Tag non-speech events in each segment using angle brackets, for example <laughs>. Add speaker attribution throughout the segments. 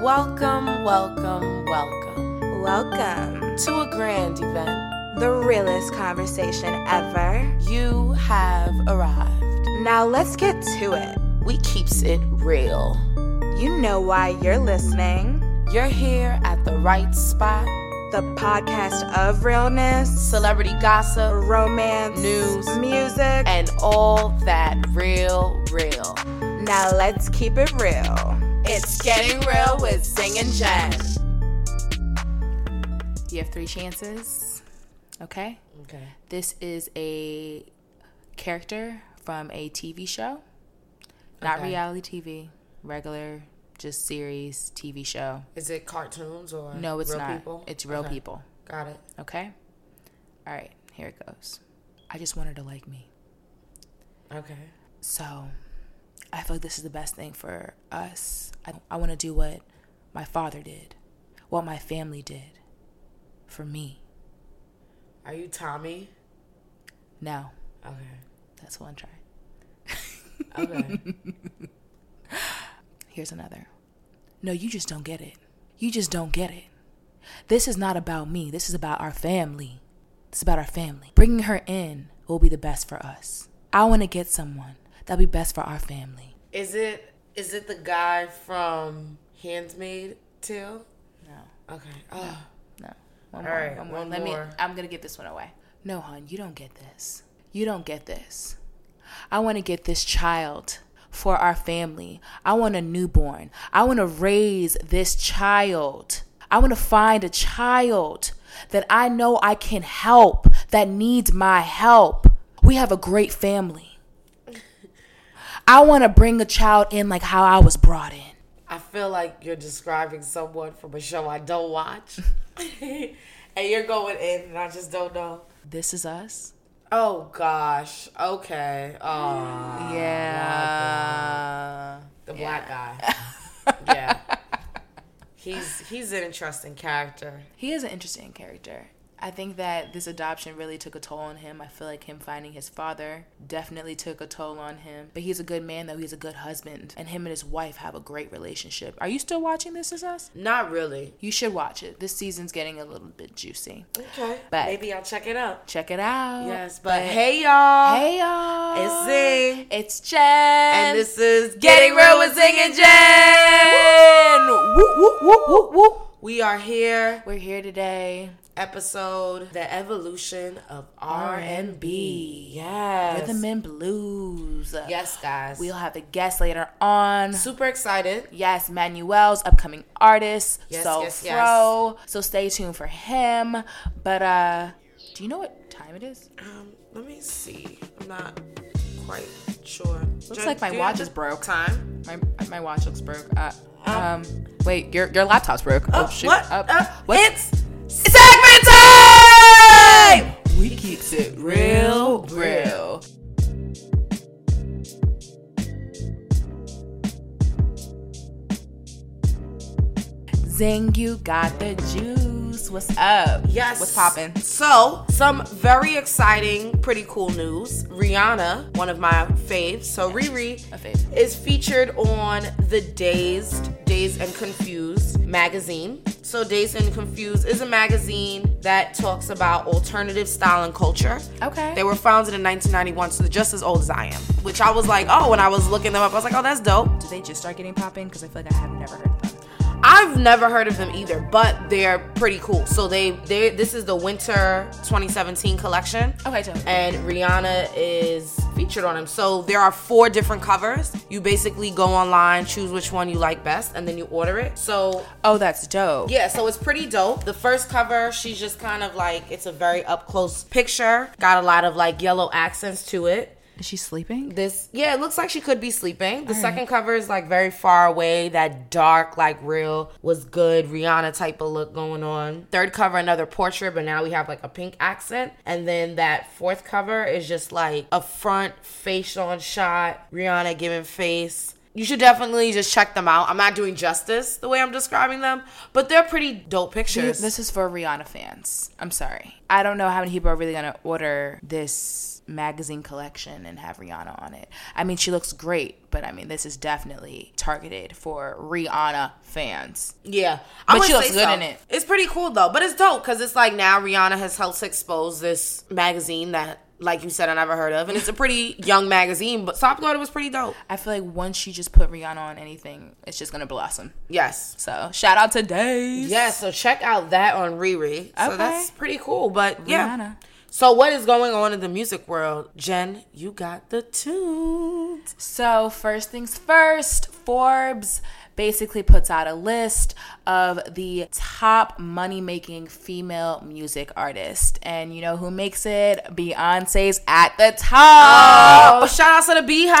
Speaker 1: Welcome, welcome, welcome
Speaker 2: Welcome.
Speaker 1: to a grand event.
Speaker 2: The realest conversation ever.
Speaker 1: You have arrived.
Speaker 2: Now let's get to it.
Speaker 1: We keeps it real.
Speaker 2: You know why you're listening.
Speaker 1: You're here at the right spot.
Speaker 2: The podcast of realness,
Speaker 1: Celebrity gossip
Speaker 2: romance,
Speaker 1: News.
Speaker 2: music.
Speaker 1: and all that real, real.
Speaker 2: Now let's keep it real.
Speaker 1: It's getting real with Zing and Jen. You have three chances. Okay.
Speaker 3: Okay.
Speaker 1: This is a character from a TV show, not
Speaker 3: Okay.
Speaker 1: reality TV, regular, just series TV show.
Speaker 3: Is it cartoons or
Speaker 1: No, it's
Speaker 3: Mm. real
Speaker 1: not.
Speaker 3: People?
Speaker 1: It's real
Speaker 3: Okay.
Speaker 1: people.
Speaker 3: Got it.
Speaker 1: Okay. All right. Here it goes. I just want her to like me.
Speaker 3: Okay.
Speaker 1: So I feel like this is the best thing for us. I, I want to do what my father did, what my family did for me.
Speaker 3: Are you Tommy?
Speaker 1: Now, <laughs>
Speaker 3: Okay.
Speaker 1: that's one try.
Speaker 3: Okay.
Speaker 1: Here's another. No, you just don't get it. You just don't get it. This is not about me. This is about our family. It's about our family. Bringing her in will be the best for us. I want to get someone that'll be best for our family.
Speaker 3: is it is it the guy from Handmaid Tale?
Speaker 1: No,
Speaker 3: Okay. Oh,
Speaker 1: no. One
Speaker 3: All
Speaker 1: more.
Speaker 3: right,
Speaker 1: one more.
Speaker 3: one
Speaker 1: Let me.
Speaker 3: more.
Speaker 1: I'm gonna give this one away. No, hon, you don't get this. You don't get this. I want to get this child for our family. I want a newborn. I want to raise this child. I want to find a child that I know I can help, that needs my help. We have a great family. I want to bring a child in like how I was brought in.
Speaker 3: I feel like you're describing someone from a show I don't
Speaker 1: <laughs>
Speaker 3: watch, <laughs> and you're going in, and I just don't know.
Speaker 1: This is us.
Speaker 3: Oh gosh. Okay. Oh,
Speaker 1: Yeah.
Speaker 3: the black guy. <laughs> yeah. He's he's an interesting character.
Speaker 1: He is an interesting character. I think that this adoption really took a toll on him. I feel like him finding his father definitely took a toll on him. But he's a good man, though. He's a good husband. And him and his wife have a great relationship. Are you still watching This Is Us?
Speaker 3: Not really.
Speaker 1: You should watch it. This season's getting a little bit juicy.
Speaker 3: Okay.
Speaker 1: But-
Speaker 3: maybe I'll check it out.
Speaker 1: Check it out.
Speaker 3: Yes, but, hey y'all.
Speaker 1: Hey, y'all.
Speaker 3: It's Zing.
Speaker 1: It's Jen.
Speaker 3: And this is
Speaker 1: Getting Real with Zing and Jen. Woo, woo, woo, woo, woo.
Speaker 3: We are here.
Speaker 1: We're here today.
Speaker 3: Episode The Evolution of
Speaker 1: R&B.
Speaker 3: R&B. Yes.
Speaker 1: Rhythm and Blues.
Speaker 3: Yes, guys.
Speaker 1: We'll have a guest later on.
Speaker 3: Super excited.
Speaker 1: Yes, Manuel's upcoming artist,
Speaker 3: Yes,
Speaker 1: So
Speaker 3: yes, yes.
Speaker 1: Fro. So stay tuned for him. But uh do you know what time it is?
Speaker 3: Um, let me see. I'm not quite sure. Looks
Speaker 1: like my watch is broke.
Speaker 3: Time.
Speaker 1: My my watch looks broke. Uh, um, wait, your your laptop's broke. Oh, shoot.
Speaker 3: What?
Speaker 1: Uh,
Speaker 3: Uh,
Speaker 1: what?
Speaker 3: It's
Speaker 1: segment time. We keeps it real, real. Zing, you got the juice. What's up?
Speaker 3: Yes.
Speaker 1: What's poppin'?
Speaker 3: So, some very exciting, pretty cool news. Rihanna, one of my faves, so Riri,
Speaker 1: A fave.
Speaker 3: is featured on the Dazed, Dazed and Confused magazine. So, Dazed and Confused is a magazine that talks about alternative style and culture.
Speaker 1: Okay.
Speaker 3: They were founded in 1991, so they're just as old as I am. Which I was like, oh, when I was looking them up, I was like, oh, that's dope.
Speaker 1: Did they just start getting poppin'? Because I feel like I have never heard of them.
Speaker 3: I've never heard of them either, but they're pretty cool. So they they this is the winter 2017 collection.
Speaker 1: Okay, totally.
Speaker 3: And Rihanna is featured on them. So there are four different covers. You basically go online, choose which one you like best, and then you order it. So
Speaker 1: Oh, that's dope.
Speaker 3: yeah, so it's pretty dope. The first cover, she's just kind of like it's a very up close picture. Got a lot of like yellow accents to it.
Speaker 1: Is she sleeping?
Speaker 3: This yeah, it looks like she could be sleeping. The second cover is like very far away, that dark, like real was good Rihanna type of look going on. Third cover, another portrait, but now we have like a pink accent. And then that fourth cover is just like a front face on shot, Rihanna giving face you should definitely just check them out. I'm not doing justice the way I'm describing them, but they're pretty dope pictures.
Speaker 2: This is for Rihanna fans. I'm sorry. I don't know how many people are really gonna order this magazine collection and have Rihanna on it. I mean, she looks great, but I mean, this is definitely targeted for Rihanna fans.
Speaker 3: Yeah, I
Speaker 2: But
Speaker 3: would
Speaker 2: she looks
Speaker 3: say
Speaker 2: good
Speaker 3: so.
Speaker 2: in it.
Speaker 3: It's pretty cool though, but it's dope because it's like now Rihanna has helped expose this magazine that, like you said, I never heard of, and it's a <laughs> pretty young magazine. But so I thought it was pretty dope.
Speaker 2: I feel like once you just put Rihanna on anything, it's just gonna blossom.
Speaker 3: Yes.
Speaker 2: So shout out to Days.
Speaker 3: Yeah, so check out that on Riri. So
Speaker 2: Okay.
Speaker 3: that's pretty cool. But yeah.
Speaker 2: Rihanna.
Speaker 3: So what is going on in the music world? Jen, you got the tunes.
Speaker 2: So, first things first, Forbes basically puts out a list of the top money making female music artists. And you know who makes it? Beyonce's at the top.
Speaker 3: Oh, shout out to the Beehive.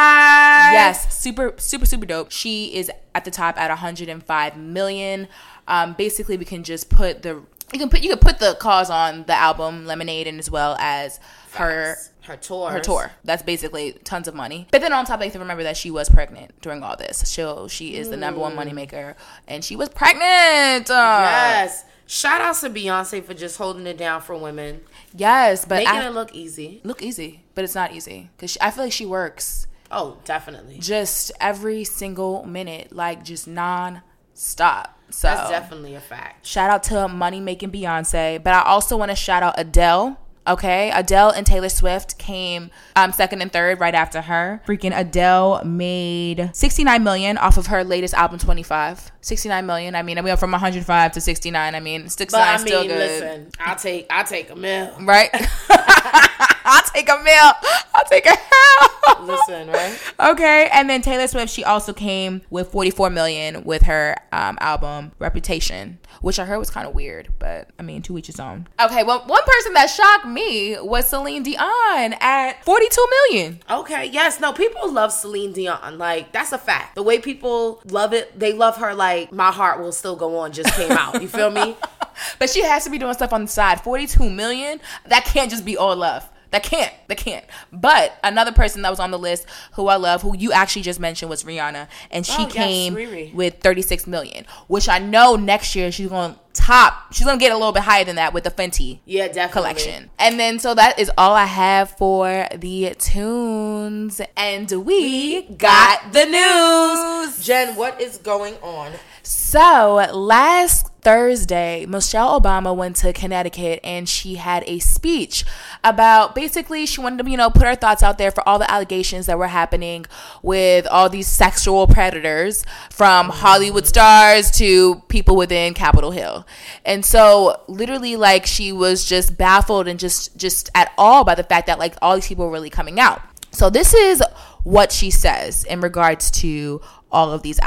Speaker 2: Yes, super, super, super dope. She is at the top at 105 million. Um, basically, we can just put the you can put you can put the cause on the album Lemonade and as well as her
Speaker 3: Her tour.
Speaker 2: her tour. That's basically tons of money. But then on top, they have to remember that she was pregnant during all this. So she is the number one
Speaker 1: Mm.
Speaker 2: moneymaker, and she was pregnant. Uh,
Speaker 3: Yes. Shout out to Beyonce for just holding it down for women.
Speaker 2: yes, but
Speaker 3: Making
Speaker 2: I,
Speaker 3: it look easy.
Speaker 2: look easy, but it's not easy because I feel like she works
Speaker 3: Oh, definitely.
Speaker 2: just every single minute, like just non-stop. So
Speaker 3: That's definitely a fact.
Speaker 2: shout out to money making Beyonce, but I also want to shout out Adele. Okay, Adele and Taylor Swift came um, second and third right after her. Freaking Adele made 69 million off of her latest album 25. 69 million. I mean, we went from 105 to 69. I mean, 69
Speaker 3: But I
Speaker 2: still
Speaker 3: mean,
Speaker 2: good.
Speaker 3: listen, I'll take I'll take a meal.
Speaker 2: Right? <laughs> I'll take a meal. I'll take a <laughs> hell.
Speaker 3: Listen, right?
Speaker 2: Okay, and then Taylor Swift, she also came with 44 million with her um, album Reputation, which I heard was kind of weird, but I mean, to each his own. Okay, well, one person that shocked me was Celine Dion at 42 million.
Speaker 3: Okay, yes, no, people love Celine Dion. Like, that's a fact. The way people love it, they love her like My Heart Will Still Go On just came out. You feel <laughs> me?
Speaker 2: But she has to be doing stuff on the side. 42 million, that can't just be all love. That can't. That can't. But another person that was on the list who I love, who you actually just mentioned, was Rihanna, and she
Speaker 3: Oh, yes,
Speaker 2: came
Speaker 3: Riri.
Speaker 2: with 36 million, which I know next year she's going to top. She's going to get a little bit higher than that with the Fenty.
Speaker 3: Yeah, definitely.
Speaker 2: collection. And then so that is all I have for the tunes. And we got the news.
Speaker 3: Jen, what is going on?
Speaker 2: So last Thursday, Michelle Obama went to Connecticut and she had a speech about basically she wanted to, you know, put her thoughts out there for all the allegations that were happening with all these sexual predators from Hollywood stars to people within Capitol Hill. And so literally like she was just baffled and just just at all by the fact that like all these people were really coming out. So this is what she says in regards to all of these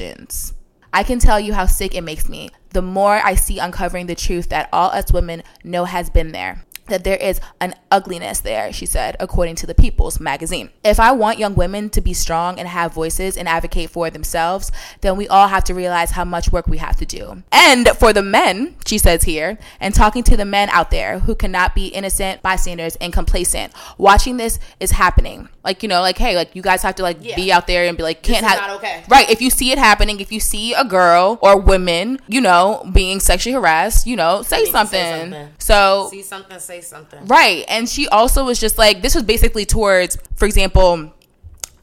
Speaker 2: allegations. I can tell you how sick it makes me. The more I see uncovering the truth that all us women know has been there, that there is an ugliness there, she said, according to the People's magazine. If I want young women to be strong and have voices and advocate for themselves, then we all have to realize how much work we have to do. And for the men, she says here, and talking to the men out there who cannot be innocent bystanders and complacent. Watching this is happening. Like, you know, like, hey, like you guys have to like be out there and be like, can't
Speaker 3: is
Speaker 2: have
Speaker 3: not okay.
Speaker 2: Right. If you see it happening, if you see a girl or women, you know, being sexually harassed, you know, say,
Speaker 3: say
Speaker 2: something.
Speaker 3: something.
Speaker 2: So
Speaker 3: See something, say something.
Speaker 2: Right. And she also was just like, this was basically towards, for example,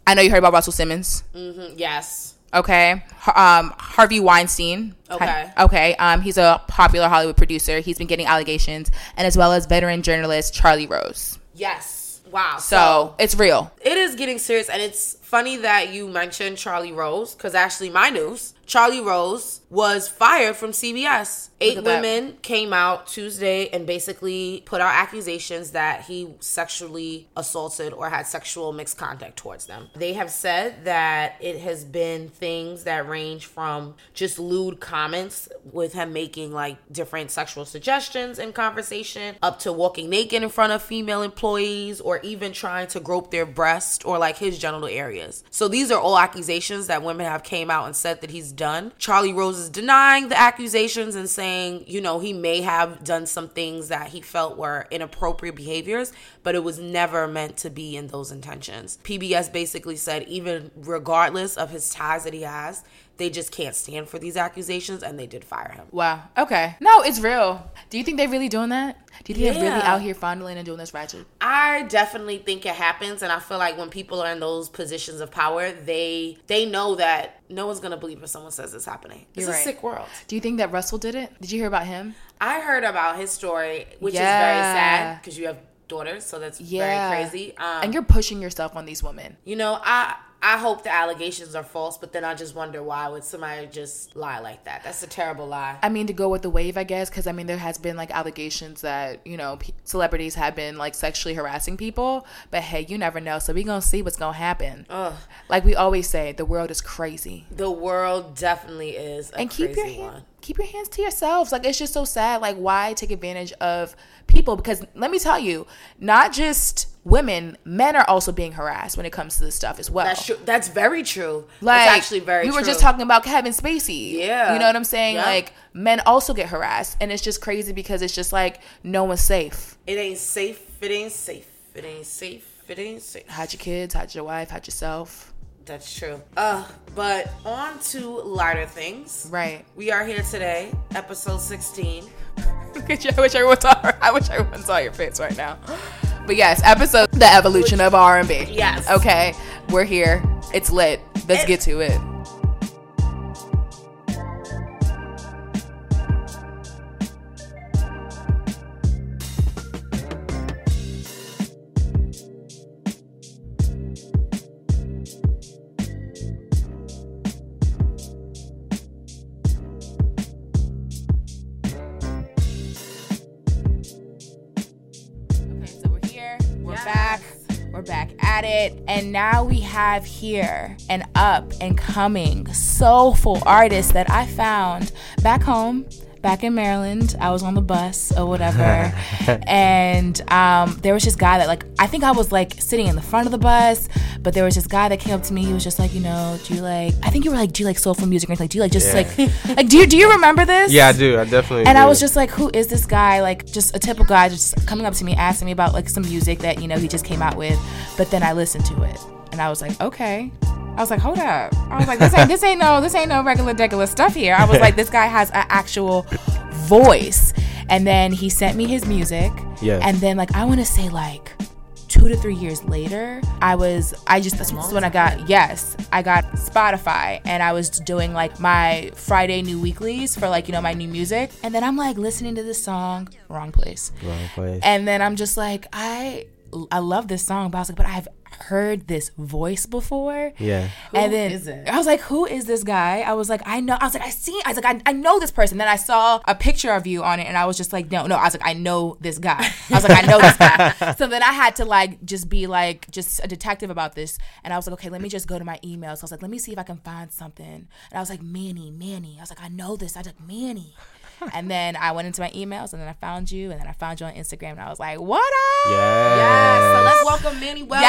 Speaker 2: I know you heard about Russell Simmons.
Speaker 3: Mm, Yes.
Speaker 2: Okay. Har- Um, Harvey Weinstein.
Speaker 3: Okay.
Speaker 2: Okay. Um, he's a popular Hollywood producer. He's been getting allegations, and as well as veteran journalist Charlie Rose.
Speaker 3: Yes. Wow.
Speaker 2: So it's real.
Speaker 3: it is getting serious and it's funny that you mentioned charlie rose because actually my news charlie rose was fired from cbs eight
Speaker 2: at that.
Speaker 3: women came out tuesday and basically put out accusations that he sexually assaulted or had sexual misconduct towards them they have said that it has been things that range from just lewd comments with him making like different sexual suggestions in conversation up to walking naked in front of female employees or even trying to grope their breast or like his genital area areas. So these are all accusations that women have came out and said that he's done. Charlie Rose is denying the accusations and saying, you know, he may have done some things that he felt were inappropriate behaviors, but it was never meant to be in those intentions. PBS basically said even regardless of his ties that he has, they just can't stand for these accusations and they did fire him.
Speaker 4: Wow. Okay. No, it's real. Do you think they're really doing that? Do you think they're really
Speaker 3: Yeah.
Speaker 4: out here fondling and doing this ratchet?
Speaker 3: I definitely think it happens and I feel like when people are in those positions of power, they they know that no one's going to believe if someone says it's happening. It's
Speaker 4: You're
Speaker 3: a
Speaker 4: right.
Speaker 3: sick world.
Speaker 4: Do you think that Russell did it? Did you hear about him?
Speaker 3: I heard about his story, which is very
Speaker 4: Yeah.
Speaker 3: sad because you have daughters, so that's
Speaker 4: Yeah.
Speaker 3: very crazy. Um,
Speaker 4: and you're pushing yourself on these women.
Speaker 3: you know, I I hope the allegations are false, but then I just wonder why would somebody just lie like that? That's a terrible lie.
Speaker 4: I mean, to go with the wave, I guess, because I mean, there has been like allegations that you know p- celebrities have been like sexually harassing people, but hey, you never know. So we gonna see what's gonna happen.
Speaker 3: Ugh.
Speaker 4: Like we always say, the world is crazy.
Speaker 3: The world definitely is a
Speaker 4: and keep your
Speaker 3: crazy
Speaker 4: hand,
Speaker 3: one.
Speaker 4: keep your hands to yourselves. Like it's just so sad. Like why take advantage of people? Because let me tell you, not just women, men are also being harassed when it comes to this stuff as well.
Speaker 3: That's true. That's very true.
Speaker 4: Like
Speaker 3: That's actually very
Speaker 4: We
Speaker 3: true.
Speaker 4: were just talking about Kevin Spacey.
Speaker 3: Yeah.
Speaker 4: you know what I'm saying.
Speaker 3: Yeah.
Speaker 4: Like men also get harassed, and it's just crazy because it's just like no one's safe.
Speaker 3: It ain't safe. It ain't safe. It ain't safe. It ain't safe.
Speaker 4: Hide your kids, hide your wife, hide yourself.
Speaker 3: That's true. Uh, but on to lighter things.
Speaker 4: Right.
Speaker 3: We are here today, episode 16.
Speaker 4: Good job. <laughs> I wish everyone saw. I wish everyone saw your face right now. But yes, episode the evolution of R and B.
Speaker 3: Yes.
Speaker 4: Okay, we're here. It's lit. Let's
Speaker 3: It-
Speaker 4: get to it. Okay, so we're here. We're
Speaker 3: Yes.
Speaker 4: back. We're back at it. And now we have here an up and coming soulful artist that I found back home. Back in Maryland, I was on the bus or whatever, and um, there was this guy that like I think I was like sitting in the front of the bus, but there was this guy that came up to me. He was just like, you know, do you like? I think you were like, do you like soulful music or like, do you like just like, like do you do you remember this?
Speaker 5: Yeah, I do. I definitely.
Speaker 4: And I
Speaker 5: do.
Speaker 4: was just like, who is this guy? Like, just a typical guy just coming up to me, asking me about like some music that, you know, he just came out with. But then I listened to it and I was like, okay. I was like, hold up. I was like, this ain't, this ain't no, this ain't no regular degular stuff here. I was like, this guy has an actual voice. And then he sent me his music.
Speaker 5: Yes.
Speaker 4: And then like, I want to say like, Two to three years later, I was, I just, that's when I got, yes, I got Spotify and I was doing like my Friday new weeklies for like, you know, my new music. And then I'm like listening to this song, wrong place.
Speaker 5: Wrong place.
Speaker 4: And then I'm just like, I, I love this song, but I was like, but I've heard this voice before.
Speaker 5: yeah.
Speaker 4: and then
Speaker 3: is it?
Speaker 4: I was like, who is this guy? I was like, I know. I was like, I see. I was like, I, I know this person. Then I saw a picture of you on it, and I was just like, no, no. I was like, I know this guy. I was like, I know
Speaker 3: <laughs>
Speaker 4: this guy. so then I had to like just be like just a detective about this, and I was like, okay, let me just go to my email. So I was like, let me see if I can find something. And I was like, Manny, Manny. I was like, I know this. I was like,
Speaker 3: <laughs>
Speaker 4: Manny. And then I went into my emails, and then I found you, and then I found you on Instagram, and I was like, what up?
Speaker 5: Yes.
Speaker 3: So let's welcome Manny Wells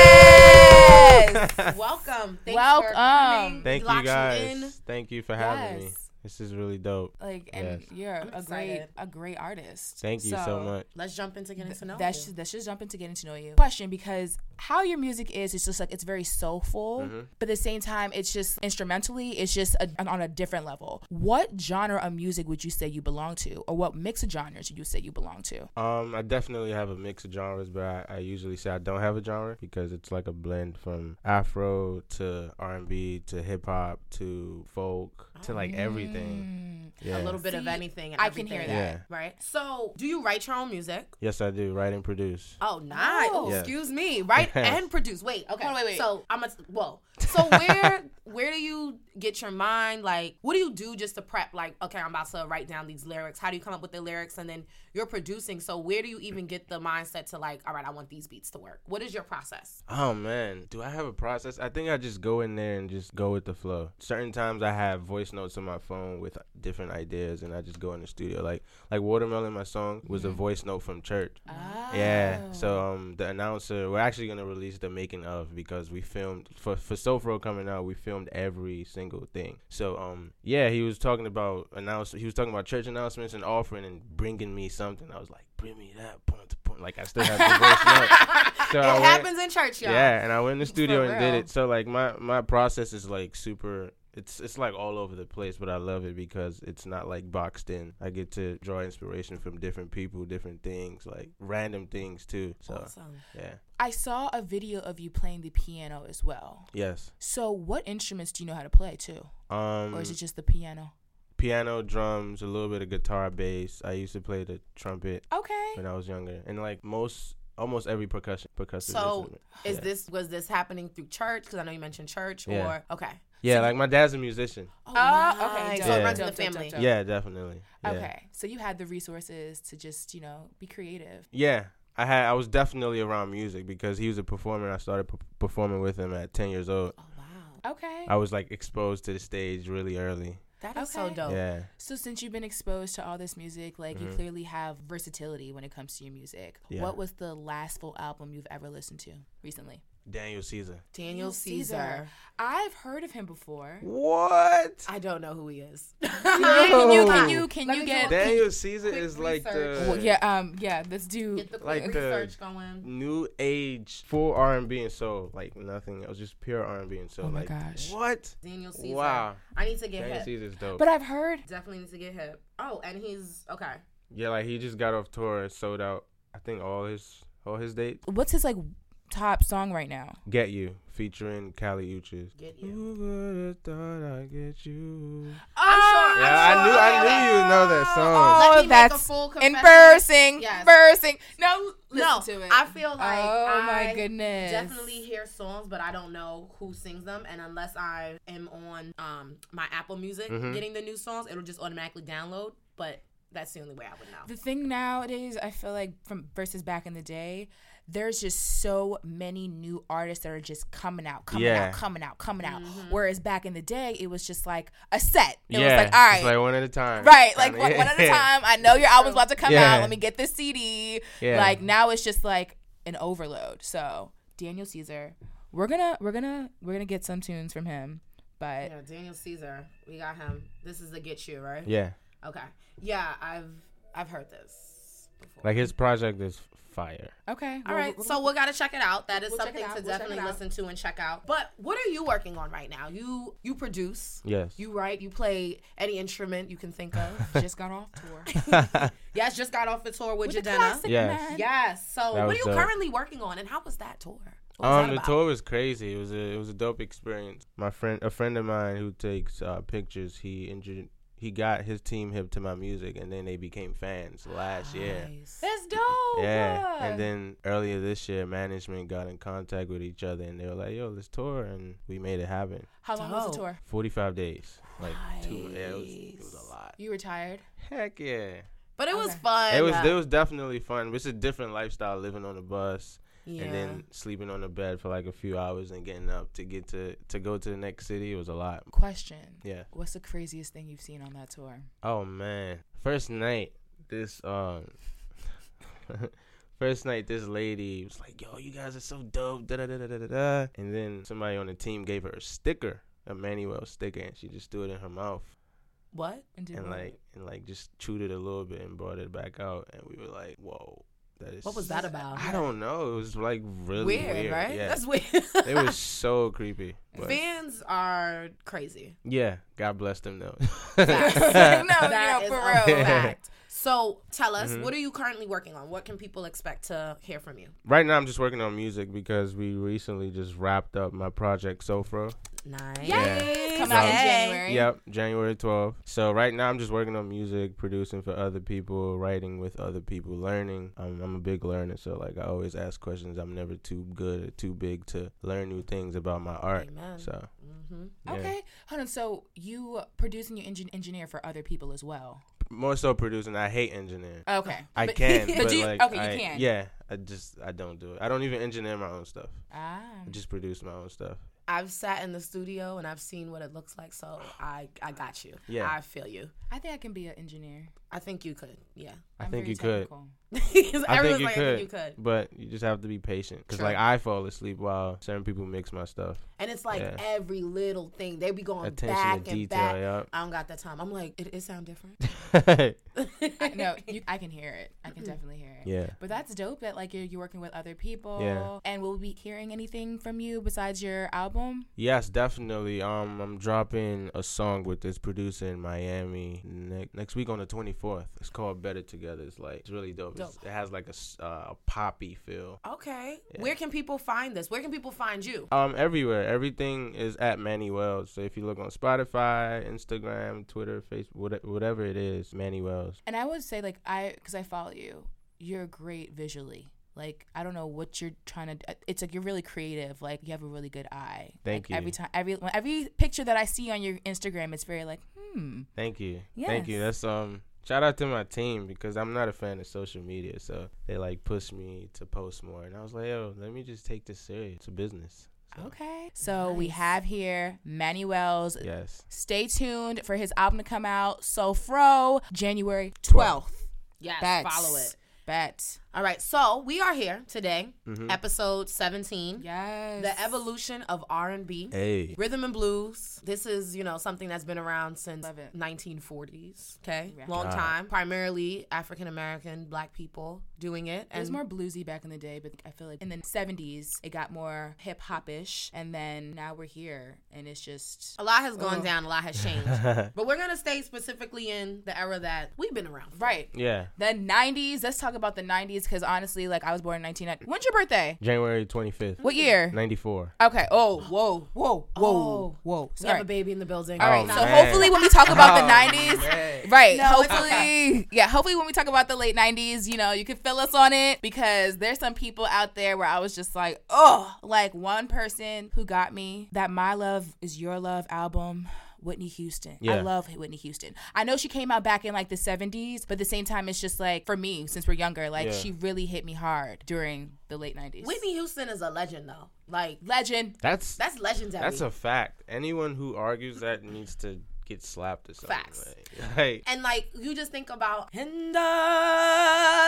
Speaker 4: Yes.
Speaker 3: to the building. <laughs> Welcome. Thanks For
Speaker 4: Welcome.
Speaker 3: coming.
Speaker 5: <laughs> Thank
Speaker 3: Locked
Speaker 5: you guys.
Speaker 3: in.
Speaker 5: Thank you for having me.
Speaker 4: Yes.
Speaker 5: This is really dope.
Speaker 4: like and
Speaker 5: Yes.
Speaker 4: you're a great
Speaker 3: excited.
Speaker 4: a great artist
Speaker 5: Thank you so, much.
Speaker 3: Let's jump into getting to know
Speaker 4: that's
Speaker 3: you.
Speaker 4: just, that's just jumping to getting to know you question because how your music is it's just like it's very soulful
Speaker 5: Mm-hmm.
Speaker 4: but at the same time it's just instrumentally it's just a, on a different level what genre of music would you say you belong to or what mix of genres do you say you belong to
Speaker 5: Um, I definitely have a mix of genres, but I, I usually say I don't have a genre because it's like a blend from Afro to R and B to hip hop to folk to like everything. Yeah.
Speaker 3: Mm. a little bit of
Speaker 4: See,
Speaker 3: anything. and
Speaker 4: I can hear
Speaker 3: everything,
Speaker 5: that. Yeah.
Speaker 3: Right. So, do you write your own music?
Speaker 5: Yes, I do. Write and produce.
Speaker 3: Oh, nice. Oh,
Speaker 5: Yeah.
Speaker 3: excuse me.
Speaker 5: <laughs>
Speaker 3: Right and produce. Wait. Okay.
Speaker 4: Hold on, wait, wait.
Speaker 3: So I'm a whoa. So where where do you get your mind? Like, what do you do just to prep? Like, okay, I'm about to write down these lyrics. How do you come up with the lyrics? And then you're producing. So where do you even get the mindset to like, all right, I want these beats to work? What is your process?
Speaker 5: Oh man, do I have a process? I think I just go in there and just go with the flow. Certain times I have voice notes on my phone with different ideas, and I just go in the studio. Like like watermelon, my song was a voice note from church. Yeah. So um, the announcer, we're actually gonna release the making of because we filmed for for Sofro coming out. We filmed every single thing. So um, yeah, he was talking about announce. He was talking about church announcements and offering and bringing me something. I was like, bring me that point to point. Like I still have the voice note. So
Speaker 3: It
Speaker 5: I went-
Speaker 3: happens in church, y'all.
Speaker 5: Uh, yeah, and I went in the studio and did
Speaker 3: real.
Speaker 5: it. So like my my process is like super. It's it's like all over the place, but I love it because it's not like boxed in. I get to draw inspiration from different people, different things, like random things too. So yeah,
Speaker 4: I saw a video of you playing the piano as well.
Speaker 5: yes.
Speaker 4: So, what instruments do you know how to play too?
Speaker 5: Um,
Speaker 4: Or is it just the piano?
Speaker 5: piano, drums, a little bit of guitar, bass. I used to play the trumpet
Speaker 4: Okay.
Speaker 5: when I was younger, and like most, almost every percussion percussive
Speaker 3: So
Speaker 5: instrument.
Speaker 3: is
Speaker 5: yeah.
Speaker 3: this was this happening through church? Because I know you mentioned church.
Speaker 5: Yeah.
Speaker 3: Or okay.
Speaker 5: uh, Yeah, like my dad's a musician.
Speaker 4: Oh,
Speaker 3: okay.
Speaker 4: nice.
Speaker 3: So
Speaker 5: it runs
Speaker 3: in
Speaker 4: Dope,
Speaker 3: the
Speaker 4: dope, dope,
Speaker 3: family.
Speaker 4: dope.
Speaker 5: Yeah, definitely. Yeah.
Speaker 4: Okay. So you had the resources to just, you know, be creative.
Speaker 5: Yeah, I had I was definitely around music because he was a performer. and I started p- performing with him at ten years old.
Speaker 3: Oh wow,
Speaker 4: Okay.
Speaker 5: I was like exposed to the stage really early.
Speaker 3: that is so
Speaker 4: Okay.
Speaker 3: dope.
Speaker 5: Yeah,
Speaker 4: So since you've been exposed to all this music, like you clearly have versatility when it comes to your music.
Speaker 5: Mm-hmm. Yeah.
Speaker 4: What was the last full album you've ever listened to recently?
Speaker 5: Daniel Caesar.
Speaker 3: Daniel Caesar.
Speaker 4: I've heard of him before.
Speaker 5: What?
Speaker 3: I don't know who he is.
Speaker 4: <laughs> Can you
Speaker 5: Yo.
Speaker 4: can you can
Speaker 3: Let
Speaker 4: you
Speaker 3: me
Speaker 4: get
Speaker 3: do a-
Speaker 5: Daniel Caesar is like
Speaker 3: research.
Speaker 5: the
Speaker 4: Well, yeah, um yeah, this dude
Speaker 3: Get the
Speaker 5: Like
Speaker 3: quick
Speaker 5: the-
Speaker 3: research going.
Speaker 5: new age full R and B and soul, like nothing else, just pure R and B and soul.
Speaker 4: Oh my
Speaker 5: like,
Speaker 4: gosh.
Speaker 5: What?
Speaker 3: Daniel Caesar.
Speaker 5: Wow.
Speaker 3: I need to get
Speaker 5: Daniel
Speaker 3: hip.
Speaker 5: Caesar's dope.
Speaker 4: But I've heard
Speaker 3: Definitely need to get hip. Oh, and he's okay.
Speaker 5: yeah, like he just got off tour and sold out. I think all his all his dates.
Speaker 4: what's his like top song right now?
Speaker 5: Get you featuring Cali Uchis.
Speaker 3: Get you.
Speaker 5: Who would have thought I'd get you?
Speaker 3: I'm sure.
Speaker 5: Yeah, I knew I knew you would know that song.
Speaker 3: Let me
Speaker 4: Oh,
Speaker 3: make a
Speaker 4: that's
Speaker 3: full confession.
Speaker 4: embarrassing.
Speaker 3: Yes.
Speaker 4: Embarrassing. No,
Speaker 3: no,
Speaker 4: listen to it.
Speaker 3: I feel like
Speaker 4: oh my
Speaker 3: I
Speaker 4: goodness.
Speaker 3: definitely hear songs, but I don't know who sings them. And unless I am on um my Apple Music
Speaker 5: Mhm.
Speaker 3: getting the new songs, it'll just automatically download. But that's the only way I would know.
Speaker 4: The thing nowadays, I feel like from versus back in the day, there's just so many new artists that are just coming out, coming
Speaker 5: Yeah.
Speaker 4: out, coming out, coming out. Whereas back in the day, it was just like a set. It
Speaker 5: yeah,
Speaker 4: was like, all right,
Speaker 5: it's like one at a time.
Speaker 4: right, like
Speaker 5: Kinda,
Speaker 4: one, one at a
Speaker 5: yeah.
Speaker 4: time. I know your album's about to come
Speaker 5: Yeah.
Speaker 4: out. Let me get this CD.
Speaker 5: Yeah.
Speaker 4: Like now, it's just like an overload. So Daniel Caesar, we're gonna we're gonna we're gonna get some tunes from him, but
Speaker 3: yeah, Daniel Caesar, we got him. This is the Get You, right?
Speaker 5: Yeah,
Speaker 3: Okay. Yeah, I've I've heard this. before.
Speaker 5: like his project is fire.
Speaker 4: okay,
Speaker 3: All right, so we'll gotta check it out. That is
Speaker 4: We'll check it
Speaker 3: something
Speaker 4: out.
Speaker 3: to
Speaker 4: We'll check it
Speaker 3: definitely
Speaker 4: out.
Speaker 3: listen to and check out. But what are you working on right now? You you produce,
Speaker 5: Yes. <laughs>
Speaker 3: you write, you play any instrument you can think <laughs> of.
Speaker 4: just got off tour.
Speaker 3: yes, just got off the tour with,
Speaker 4: With the
Speaker 3: Jadena.
Speaker 4: classic
Speaker 5: Yes.
Speaker 4: man.
Speaker 3: Yes. So
Speaker 5: That
Speaker 3: what are
Speaker 5: was
Speaker 3: you
Speaker 5: dope.
Speaker 3: currently working on, and how was that tour? What was
Speaker 5: um,
Speaker 3: that
Speaker 5: the
Speaker 3: about?
Speaker 5: tour was crazy. It was a it was a dope experience. My friend, a friend of mine who takes uh, pictures, he injured. He got his team hip to my music, and then they became fans last year.
Speaker 4: That's dope.
Speaker 3: Oh,
Speaker 5: Yeah,
Speaker 4: bruh.
Speaker 5: and then earlier this year, management got in contact with each other, and they were like, "Yo, let's tour," and we made it happen.
Speaker 4: How long was
Speaker 3: Dope.
Speaker 4: the tour?
Speaker 5: Forty-five days, like two. Yeah, it was, it was a lot.
Speaker 4: You were tired.
Speaker 5: Heck yeah.
Speaker 3: But it was
Speaker 4: Okay.
Speaker 3: fun.
Speaker 5: It was it was definitely fun. It's a different lifestyle living on a bus
Speaker 3: yeah.
Speaker 5: and then sleeping on the bed for like a few hours and getting up to get to to go to the next city. It was a lot.
Speaker 4: Question.
Speaker 5: Yeah.
Speaker 4: What's the craziest thing you've seen on that tour?
Speaker 5: Oh man. First night, this um <laughs> First night, this lady was like, "Yo, you guys are so dope." Da da da da da da. And then somebody on the team gave her a sticker, a Manuel sticker, and she just threw it in her mouth
Speaker 3: what?
Speaker 4: And, did
Speaker 5: and
Speaker 4: what?
Speaker 5: like and like just chewed it a little bit and brought it back out. And we were like, "Whoa, that is
Speaker 3: What was that about?
Speaker 5: I don't know. It was like really
Speaker 3: weird,
Speaker 5: weird,
Speaker 3: right?
Speaker 5: Yeah.
Speaker 3: That's weird.
Speaker 5: <laughs> it was so creepy. But
Speaker 3: Fans are
Speaker 5: <laughs>
Speaker 3: crazy. <laughs>
Speaker 5: yeah, God bless them though.
Speaker 3: Facts.
Speaker 5: <laughs>
Speaker 4: No,
Speaker 3: That
Speaker 4: you
Speaker 3: is
Speaker 4: know,
Speaker 3: a
Speaker 4: for real.
Speaker 3: fact. So tell us,
Speaker 5: Mm-hmm.
Speaker 3: what are you currently working on? What can people expect to hear from you?
Speaker 5: right now, I'm just working on music because we recently just wrapped up my project Sofra.
Speaker 3: Nice.
Speaker 5: Yeah.
Speaker 4: Come out in
Speaker 5: Yay.
Speaker 4: January.
Speaker 5: Yep, January 12th. So right now, I'm just working on music, producing for other people, writing with other people, learning. I'm, I'm a big learner, so like I always ask questions. I'm never too good or too big to learn new things about my art.
Speaker 3: Amen.
Speaker 5: So
Speaker 3: Mm-hmm.
Speaker 5: yeah.
Speaker 4: Okay. Hold on. So you producing your engin- engineer for other people as well?
Speaker 5: more so producing. I hate engineering.
Speaker 4: Okay.
Speaker 5: I
Speaker 4: Uh, But- <laughs>
Speaker 5: can,
Speaker 4: but
Speaker 5: but,
Speaker 4: do you-
Speaker 5: like,
Speaker 4: okay, you
Speaker 5: I-
Speaker 4: can.
Speaker 5: Yeah, I just I don't do it. I don't even engineer my own stuff.
Speaker 4: Ah.
Speaker 5: I just produce my own stuff.
Speaker 3: I've sat in the studio and I've seen what it looks like, so I I got you.
Speaker 5: Yeah.
Speaker 3: I feel you.
Speaker 4: I think I can be an engineer.
Speaker 3: I think you could. Yeah. <laughs>
Speaker 5: I
Speaker 4: I'm
Speaker 5: think
Speaker 4: very
Speaker 5: you could.
Speaker 4: technical.
Speaker 3: 'Cause
Speaker 5: <laughs> I think
Speaker 3: everyone's
Speaker 5: you
Speaker 3: like, I
Speaker 5: could,
Speaker 3: think you could.
Speaker 5: but you just have to be patient. Cause like I fall asleep while certain people mix my stuff. <laughs>
Speaker 3: And it's like
Speaker 5: Yeah.
Speaker 3: every little thing. They be going
Speaker 5: Attention to
Speaker 3: back and
Speaker 5: detail,
Speaker 3: back.
Speaker 5: yup.
Speaker 3: I don't got that time. I'm like, it, it sound different.
Speaker 4: I, no, you, I can hear it. I can definitely hear it.
Speaker 5: Yeah.
Speaker 4: But that's dope that like you're, you're working with other people.
Speaker 5: Yeah.
Speaker 4: And will we be hearing anything from you besides your album?
Speaker 5: yes, definitely. Um, I'm dropping a song with this producer in Miami ne- next week on the 24th. It's called Better Together. It's like it's really dope. It's- it has like a, s- uh, a poppy feel.
Speaker 3: okay. Where can people find this? Where can people find you?
Speaker 5: Um, everywhere, everything is at Manny Wells. So if you look on Spotify, Instagram, Twitter, Facebook, whate- whatever it is, Manny Wells.
Speaker 4: And I would say like I because I follow you. You're great visually. Like I don't know what you're trying to. uh, It's like you're really creative. Like you have a really good eye.
Speaker 5: Thank
Speaker 4: like,
Speaker 5: you.
Speaker 4: Every time, every when- every picture that I see on your Instagram, it's very like, hmm.
Speaker 5: Thank you. Thank you.
Speaker 4: Yes.
Speaker 5: That's um shout out to my team because I'm not a fan of social media, so they like pushed me to post more and I was like, yo, let me just take this serious. It's a business. So,
Speaker 4: Okay. So we have here Manny Wells.
Speaker 5: Yes.
Speaker 4: Stay tuned for his album to come out. So Fro, January
Speaker 3: Twelfth. Yes.
Speaker 4: Bets.
Speaker 3: Follow it.
Speaker 4: Bet.
Speaker 3: All right. So we are here today, episode seventeen.
Speaker 4: Yes.
Speaker 3: The evolution of R and B.
Speaker 5: Hey.
Speaker 3: Rhythm and blues. This is, you know, something that's been around since
Speaker 4: Love it.
Speaker 3: 1940s. Okay,
Speaker 4: Yeah.
Speaker 3: long time. Primarily African American, Black people doing it,
Speaker 4: It was
Speaker 3: and
Speaker 4: more bluesy back in the day, but I feel like in the 70s it got more hip hop ish, and then now we're here, and it's just
Speaker 3: a lot has
Speaker 4: Oh.
Speaker 3: gone down. A lot has changed. but we're gonna stay specifically in the era that we've been around. For.
Speaker 4: right.
Speaker 5: Yeah.
Speaker 4: The 90s. Let's talk about the 90s because honestly, like I was born in 1990. When's your birthday?
Speaker 5: January 25th.
Speaker 4: What year?
Speaker 5: 94.
Speaker 4: Okay. Oh, whoa, whoa, whoa,
Speaker 3: Oh.
Speaker 4: whoa.
Speaker 3: We have
Speaker 4: Sorry.
Speaker 3: a baby in the building.
Speaker 4: All
Speaker 5: Oh,
Speaker 4: right. so
Speaker 5: man.
Speaker 4: hopefully when we talk
Speaker 3: <laughs>
Speaker 4: about the 90s, right?
Speaker 3: it's
Speaker 4: hopefully, yeah. Hopefully when we talk about the late 90s, you know, you can fill us on it because there's some people out there where I was just like, oh, like one person who got me that "My Love Is Your Love" album. Whitney Houston. I
Speaker 5: Yeah.
Speaker 4: love Whitney Houston. I know she came out back in like the 70s, but at the same time, it's just like for me, since we're younger, like
Speaker 5: Yeah.
Speaker 4: she really hit me hard during the late 90s.
Speaker 3: Whitney Houston is a legend, though. Like
Speaker 4: legend.
Speaker 5: That's that's,
Speaker 3: that's legendary.
Speaker 5: a fact. Anyone who argues that needs to get slapped or something.
Speaker 3: Facts.
Speaker 5: Like, like
Speaker 3: and like you just think about Hinda,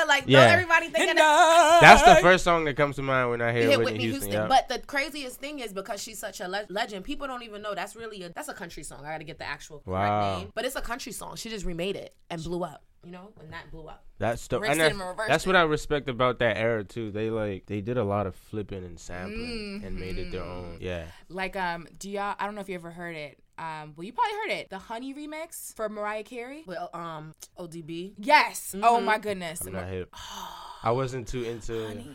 Speaker 3: like
Speaker 5: Yeah.
Speaker 3: not everybody thinking that.
Speaker 4: <laughs>
Speaker 5: that's the first song that comes to mind when I hear
Speaker 3: You
Speaker 5: Whitney,
Speaker 3: hit Whitney Houston.
Speaker 5: Houston. yeah.
Speaker 3: But the craziest thing is because she's such a le- legend, people don't even know that's really a that's a country song. I got to get the actual correct
Speaker 5: Wow.
Speaker 3: name, but it's a country song. She just remade it and blew up. You know, and that blew up.
Speaker 5: That's the
Speaker 4: Reversed
Speaker 5: and
Speaker 4: it
Speaker 5: that's,
Speaker 4: and reversed
Speaker 5: that's
Speaker 4: it.
Speaker 5: what I respect about that era too. They like they did a lot of flipping and sampling and made it their own. Yeah.
Speaker 4: Like, um, do y'all? I don't know if you ever heard it. Um, well, you probably heard it. The Honey remix for Mariah Carey.
Speaker 3: Well, um, ODB,
Speaker 4: Yes. Oh
Speaker 3: Mm-hmm.
Speaker 4: my goodness.
Speaker 5: I'm not hip. I wasn't too into.
Speaker 3: honey.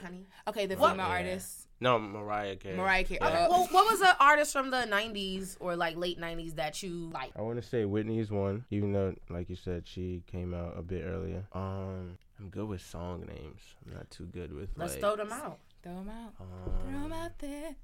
Speaker 4: Okay, the female
Speaker 5: Yeah.
Speaker 4: artist.
Speaker 5: No, Mariah Carey.
Speaker 4: Mariah Carey.
Speaker 5: Yeah.
Speaker 4: Uh,
Speaker 3: Well, what was an artist from the '90s or like late '90s that you like?
Speaker 5: I want to say Whitney's one, even though, like you said, she came out a bit earlier. Um, I'm good with song names. I'm not too good with.
Speaker 3: Let's
Speaker 5: like,
Speaker 3: throw them out.
Speaker 4: Throw them out. Throw
Speaker 5: um,
Speaker 4: 'em out there.